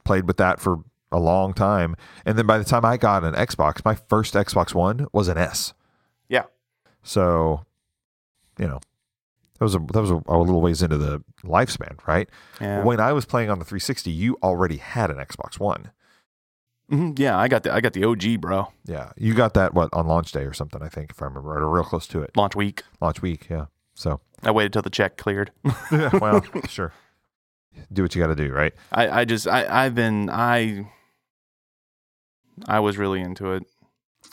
played with that for a long time. And then by the time I got an Xbox, my first Xbox One was an S.
Yeah.
So, you know, that was a that was a, a little ways into the lifespan, right?
Yeah.
When I was playing on the 360, you already had an Xbox One.
Mhm. Yeah. I got the. I got the OG, bro.
Yeah, you got that what on launch day or something? I think if I remember, right, or real close to it,
Launch week.
launch week. Yeah.
*laughs*
So,
I waited till the check
*laughs*
cleared.
well, sure. Do what you got to do, right?
I, I just I I've been I I was really into it.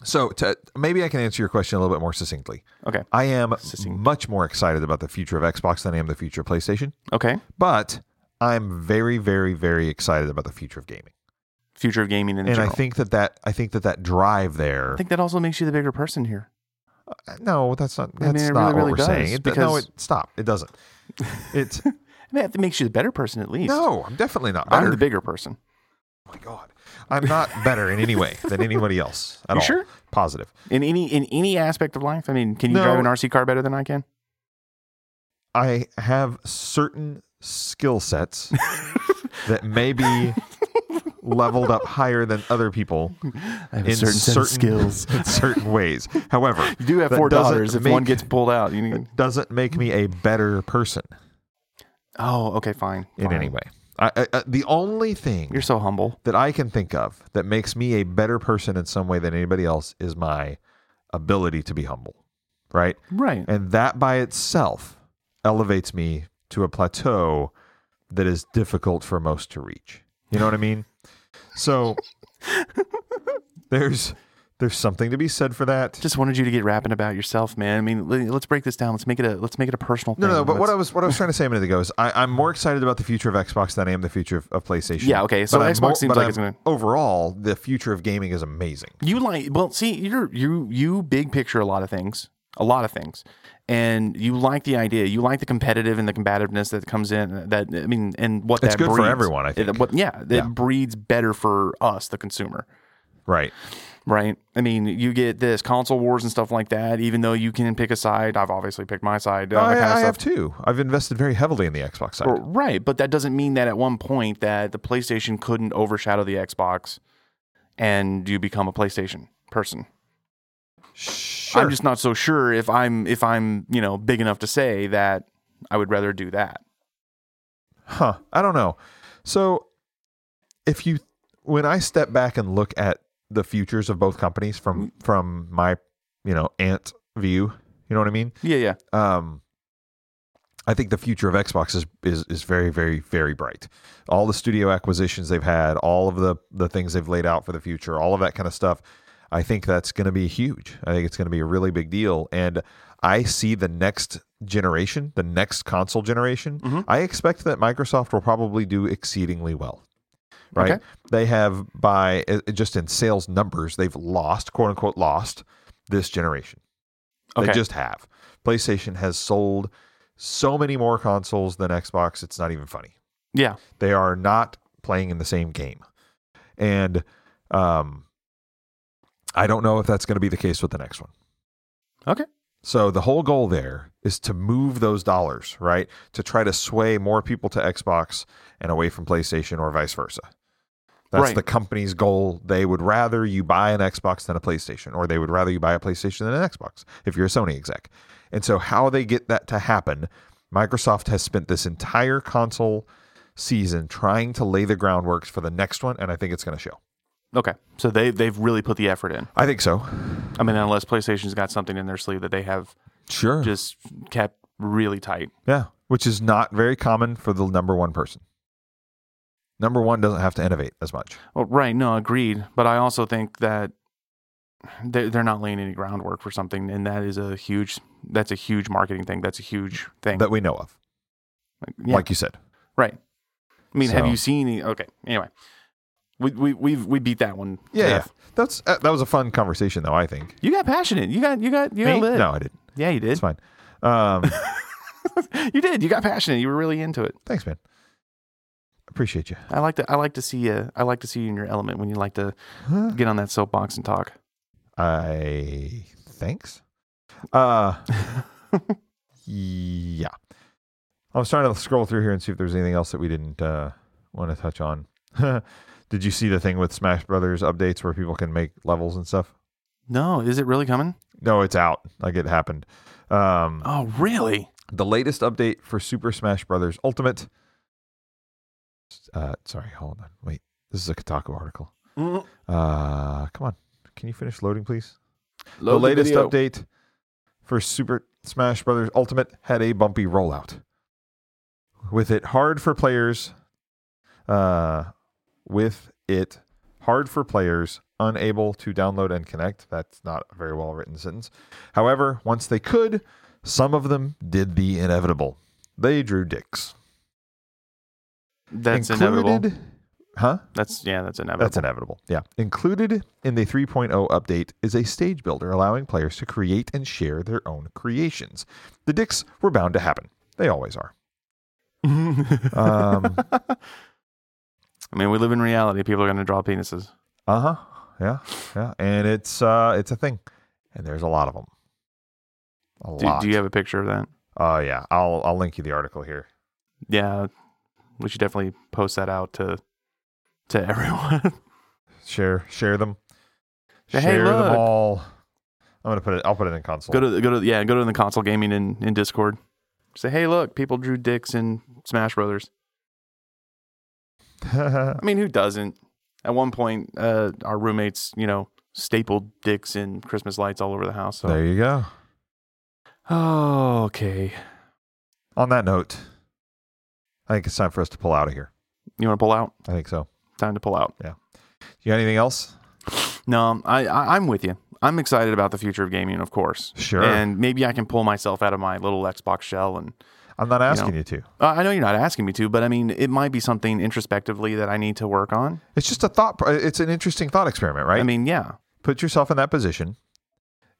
So, to, maybe I can answer your question a little bit more succinctly.
Okay.
I am
Succinct.
much more excited about the future of Xbox than I am the future of PlayStation,
Okay.
but I'm very, very, very excited about the future of gaming.
Future of gaming in
and
general.
I think that that I think that that drive there.
I think that also makes you the bigger person here.
Uh, no, that's not
I mean,
that's
it really,
not what
really
we're
does,
saying. It, do- no,
because-
it stop. It doesn't.
*laughs*
It's
I mean, that makes you the better person at least.
no. I'm definitely not better.
I'm the bigger person.
oh my god, I'm not better in any way than anybody
*laughs*
else at
You
all.
sure?
Positive.
In any in any aspect of life. I mean, can you
No.
drive an RC car better than I can?
I have certain
*laughs*
skill sets that may be leveled up higher than other
*laughs*
people
I have
in *laughs* in certain ways. However,
*laughs* You do have
that
four
doesn't
daughters. If
make-
one gets pulled out, *laughs* you need,
it doesn't make me a better person
oh, okay, fine.
in
fine.
any way. I, I, I, the only thing
You're so humble.
that I can think of that makes me a better person in some way than anybody else is my ability to be humble, right?
Right.
And that by itself elevates me to a plateau that is difficult for most to reach. You know what I mean? So there's there's something to be said for that.
Just wanted you to get rapping about yourself, man. I mean, let- let's break this down. Let's make it a let's make it a personal
no,
thing.
no, but what I
Let's-
was what I was trying to say a minute ago is I, I'm more excited about the future of Xbox than I am the future of, of PlayStation.
Yeah, okay, so
But I'm
Xbox
more-
seems
but
like it's
I'm-
gonna-
overall the future of gaming is amazing.
you like well, see, you're you you big picture a lot of things. A lot of things. And you like the idea. You like the competitive and the combativeness that comes in that I mean and what
It's
that
good for
breeds.
everyone, I think.
It- what, yeah, it
Yeah.
breeds better for us, the consumer.
Right.
right? I mean, you get this console wars and stuff like that. Even though you can pick a side, I've obviously picked my side. all that
I,
kind of
Oh, I
stuff.
have too. I've invested very heavily in the Xbox side.
Well, Right, but that doesn't mean that at one point that the PlayStation couldn't overshadow the Xbox, and you become a PlayStation person.
sure.
I'm just not so sure if I'm if I'm you know big enough to say that I would rather do that.
Huh. I don't know. So if you when I step back and look at the futures of both companies from from my, you know, ant view, you know what I mean?
Yeah, yeah,
Um I think the future of Xbox is, is is very very very bright. All the studio acquisitions they've had, all of the the things they've laid out for the future, all of that kind of stuff. I think that's going to be huge. I think it's going to be a really big deal and I see the next generation, the next console generation.
Mhm.
I expect that Microsoft will probably do exceedingly well. Right?
Okay.
They have by uh, just in sales numbers, they've lost, quote unquote lost this generation.
okay.
They just have. PlayStation has sold so many more consoles than Xbox. It's not even funny.
yeah,
They are not playing in the same game. And um, I don't know if that's going to be the case with the next one.
Okay.
So the whole goal there is to move those dollars, right? To try to sway more people to Xbox and away from PlayStation or vice versa. That's
Right.
the company's goal. They would rather you buy an Xbox than a PlayStation, or they would rather you buy a PlayStation than an Xbox if you're a Sony exec. And so, how they get that to happen, Microsoft has spent this entire console season trying to lay the groundwork for the next one, and I think it's going to show.
Okay, so they they've really put the effort in.
I think so.
I mean, unless PlayStation's got something in their sleeve that they have
Sure.
just kept really tight.
Yeah, which is not very common for the number one person. Number one doesn't have to innovate as much.
Well, right, no, agreed. But I also think that they're, they're not laying any groundwork for something, and that is a huge that's a huge marketing thing. That's a huge thing.
that we know of,
Like, yeah,
like you said.
right. I mean, have
So-
you seen? any- Okay, anyway, we we we've, we beat that one. to
Yeah, yeah.
death.
that's uh, that was a fun conversation, though. I think.
You got passionate. You got you got you got
Me?
lit.
No, I didn't.
Yeah, you
*laughs*
did.
It's fine.
*laughs*
Um,
You did. You got passionate. You were really into it.
thanks, man. Appreciate you.
I like to I like to see uh, I like to see you in your element when you like to
Huh?
get on that soapbox and
*laughs*
talk.
I thanks. Uh, yeah. I was trying to scroll through here and see if there's anything else that we didn't uh, want to touch on. *laughs* Did you see the thing with Smash Brothers updates where people can make levels and stuff?
No, is it really coming?
No, it's out. Like it happened. Um,
Oh, really?
the latest update for Super Smash Brothers Ultimate. Uh, sorry, hold on. Wait, this is a Kotaku article.
Mm.
Uh, come on, can you finish loading, please?
Load
the latest
video.
update for Super Smash Brothers Ultimate had a bumpy rollout, with it hard for players. Uh, with it hard for players unable to download and connect. That's not a very well written sentence. However, once they could, some of them did the inevitable. They drew dicks.
That's inevitable.
Included- Huh?
That's yeah, that's inevitable.
That's inevitable. Yeah. Included in the 3.0 update is a stage builder allowing players to create and share their own creations. The dicks were bound to happen. They always are. *laughs* Um,
*laughs* I mean, we live in reality. People are going to draw penises.
uh huh. Yeah. Yeah. And it's uh it's a thing. And there's a lot of them. A
Do,
lot.
do you have a picture of that?
Oh yeah. I'll I'll link you the article here.
Yeah, we should definitely post that out to to *laughs* everyone.
Share share them.
Hey,
share them
look.
all. I'm gonna put it. I'll put it in console.
go to the- go to yeah, go to the console gaming in in Discord. Say, hey, look, people drew dicks in Smash Brothers.
*laughs*
I mean, who doesn't? At one point, uh, our roommates, you know, stapled dicks in Christmas lights all over the house. So.
there you go.
Oh, okay.
On that note, I think it's time for us to pull out of here.
You want to pull out?
I think so.
Time to pull out.
You got anything else?
No, I, I I'm with you. I'm excited about the future of gaming, of course.
Sure.
And maybe I can pull myself out of my little Xbox shell. And
I'm not asking you, to.
uh, I know you're not asking me to, but I mean, it might be something introspectively that I need to work on.
It's just a thought. pro- It's an interesting thought experiment, right?
I mean, yeah,
Put yourself in that position.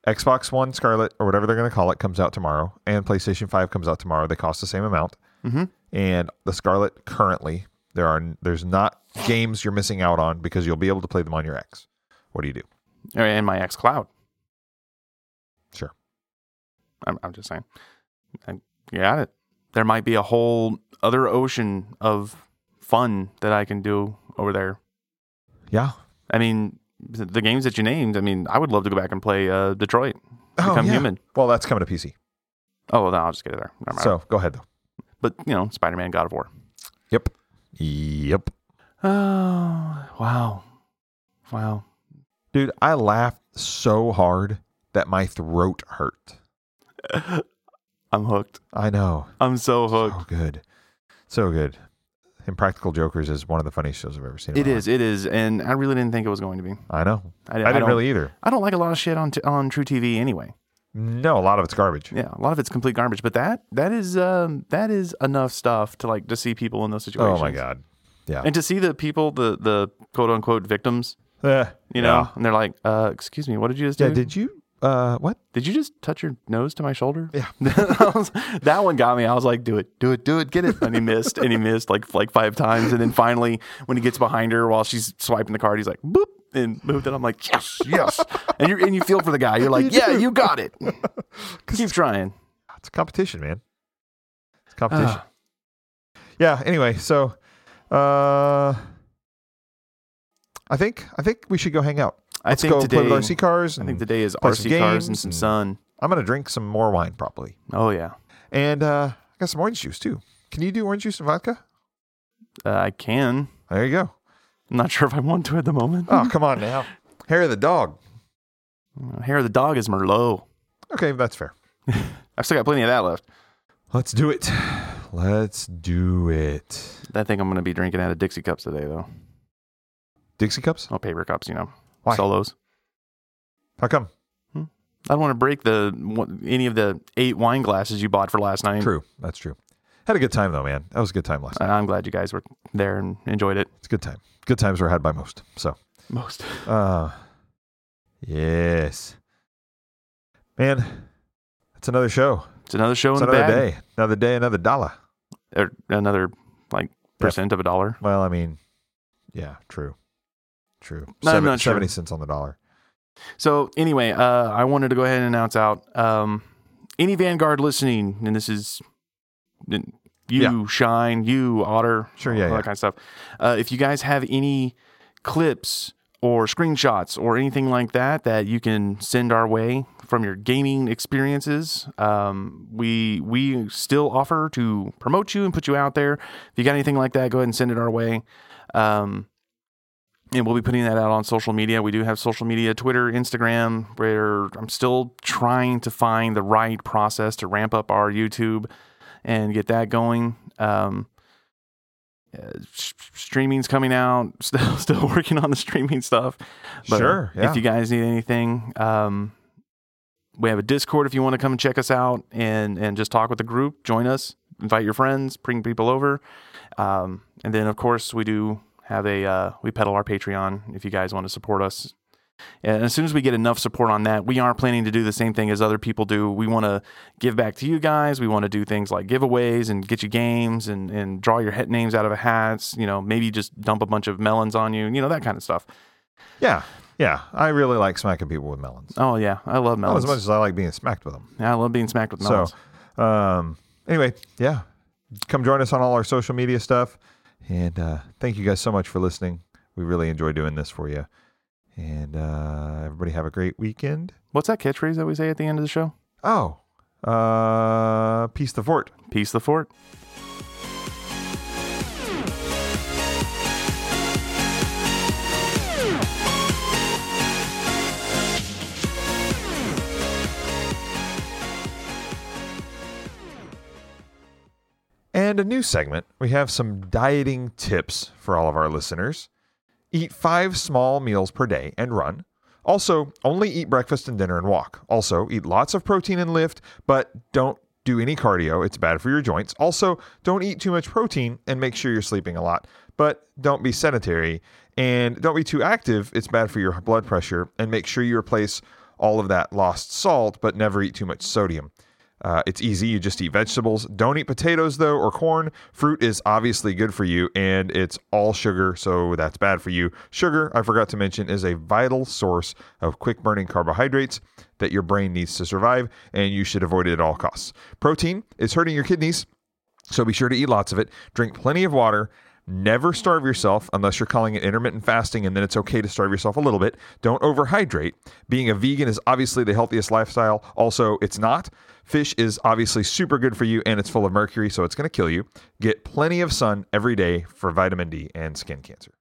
Xbox One Scarlet or whatever they're going to call it comes out tomorrow, and PlayStation Five comes out tomorrow. They cost the same amount,
Mhm.
and the Scarlet currently there are there's not games you're missing out on because you'll be able to play them on your X. What do you do?
Uh, and my X Cloud.
Sure.
I'm, I'm just saying. I you got it. There might be a whole other ocean of fun that I can do over there.
Yeah.
I mean, the the games that you named. I mean, I would love to go back and play uh, Detroit,
Oh,
Become
yeah.
Human.
Well, that's coming to PC.
Oh, well, no, I'll just get it there. Never mind.
So go ahead though.
but you know, Spider Man, God of
*sighs*
War.
Yep. Yep.
Oh, wow, wow.
Dude, I laughed so hard that my throat hurt.
*laughs* I'm hooked.
I know.
I'm so hooked.
So Oh, good. So good. Impractical Jokers is one of the funniest shows I've ever seen. in
It
my
is. It is. And I really didn't think it was going to be.
life. I know.
I,
I, didn't
don't,
really either.
I don't like a lot of shit on t- on True TV anyway.
No, a lot of it's garbage.
Yeah, a lot of it's complete garbage. But that that is um that is enough stuff to like to see people in those situations.
oh my god. Yeah.
And to see the people, the the quote unquote victims,
Eh,
you know,
Yeah.
and they're like, uh, "Excuse me, what did you just
Yeah,
do?
Did you? Uh, what?
Did you just touch your nose to my shoulder?
Yeah.
I was- *laughs* that one got me. I was like, do it, do it, do it, get it. And he missed, and he missed like like five times. And then finally, when he gets behind her while she's swiping the card, he's like, boop. and moved it. I'm like, yes, yes. and you and you feel for the guy. You're like, yeah, you got
*laughs*
it. Keep trying.
It's a competition, man. It's a competition.
Ah.
yeah. Anyway, so uh, I think I think we should go hang out.
I
Let's
think
go play
today-
with RC cars.
I
And I
think today is
Play some
RC cars and
games
some
and-
sun.
am gonna drink some more wine probably,
Oh yeah,
and uh, I got some orange juice too. Can you do orange juice and vodka?
uh, I can.
There you go.
I'm not sure if I want to at the moment.
Oh, come
*laughs*
on now. Hair of the dog.
Hair of the dog is Merlot.
Okay, that's fair.
I've still got plenty of that left.
Let's do it. Let's do it.
I think I'm going to be drinking out of Dixie cups today, though.
Dixie cups?
Oh, paper cups, you know,
Why?
solos.
How come?
I don't want to break the one- any of the eight wine glasses you bought for last night.
True. That's true. Had a good time though, man. That was a good time last night.
And I'm glad you guys were there and enjoyed it
It's a good time. Good times were had by most. So,
most.
uh, yes, man, that's another show.
It's another show
It's
in the
another
bag.
day, another day, another dollar.
or another like percent of a dollar.
Well, I mean, yeah, true, true.
No, I'm not sure.
Seventy cents on the dollar.
So anyway, uh, I wanted to go ahead and announce out um, any Vanguard listening, and this is you
Yeah.
shine, you otter,
Sure,
all
yeah,
that
yeah.
kind of stuff. Uh, if you guys have any clips or screenshots or anything like that that you can send our way from your gaming experiences, um, we we still offer to promote you and put you out there. If you got anything like that, go ahead and send it our way. Um, and we'll be putting that out on social media. We do have social media, Twitter, Instagram, where I'm still trying to find the right process to ramp up our YouTube and get that going. Um, uh, s- streaming's coming out. *laughs* Still, still working on the streaming stuff. uh,
Sure, yeah.
If you guys need anything, um, we have a Discord if you want to come and check us out and and just talk with the group. Join us. Invite your friends. Bring people over. Um, and then, of course, we do have a uh, we pedal our Patreon if you guys want to support us. And as soon as we get enough support on that, we are planning to do the same thing as other people do. We want to give back to you guys. We want to do things like giveaways and get you games and and draw your head names out of a hats. You know, maybe just dump a bunch of melons on you. You know, that kind of stuff.
Yeah, yeah. I really like smacking people with melons.
Oh yeah, I love
Not
melons.
as much as I like being smacked with them.
Yeah, I love being smacked with melons.
So, um, anyway, yeah, come join us on all our social media stuff. And uh, thank you guys so much for listening. We really enjoy doing this for you. And uh, everybody have a great weekend.
What's that catchphrase that we say at the end of the show?
Oh, uh, peace the fort.
Peace the fort.
And a new segment. We have some dieting tips for all of our listeners. Eat five small meals per day and run. Also, only eat breakfast and dinner and walk. Also, eat lots of protein and lift, but don't do any cardio. It's bad for your joints. Also, don't eat too much protein and make sure you're sleeping a lot, but don't be sedentary. And don't be too active. It's bad for your blood pressure. And make sure you replace all of that lost salt, but never eat too much sodium. Uh, it's easy. You just eat vegetables. Don't eat potatoes, though, or corn. Fruit is obviously good for you, and it's all sugar, so that's bad for you. Sugar, I forgot to mention, is a vital source of quick burning carbohydrates that your brain needs to survive, and you should avoid it at all costs. Protein is hurting your kidneys. So be sure to eat lots of it, drink plenty of water, never starve yourself unless you're calling it intermittent fasting, and then it's okay to starve yourself a little bit. Don't overhydrate. Being a vegan is obviously the healthiest lifestyle. Also, it's not. Fish is obviously super good for you and it's full of mercury, so it's going to kill you. Get plenty of sun every day for vitamin D and skin cancer.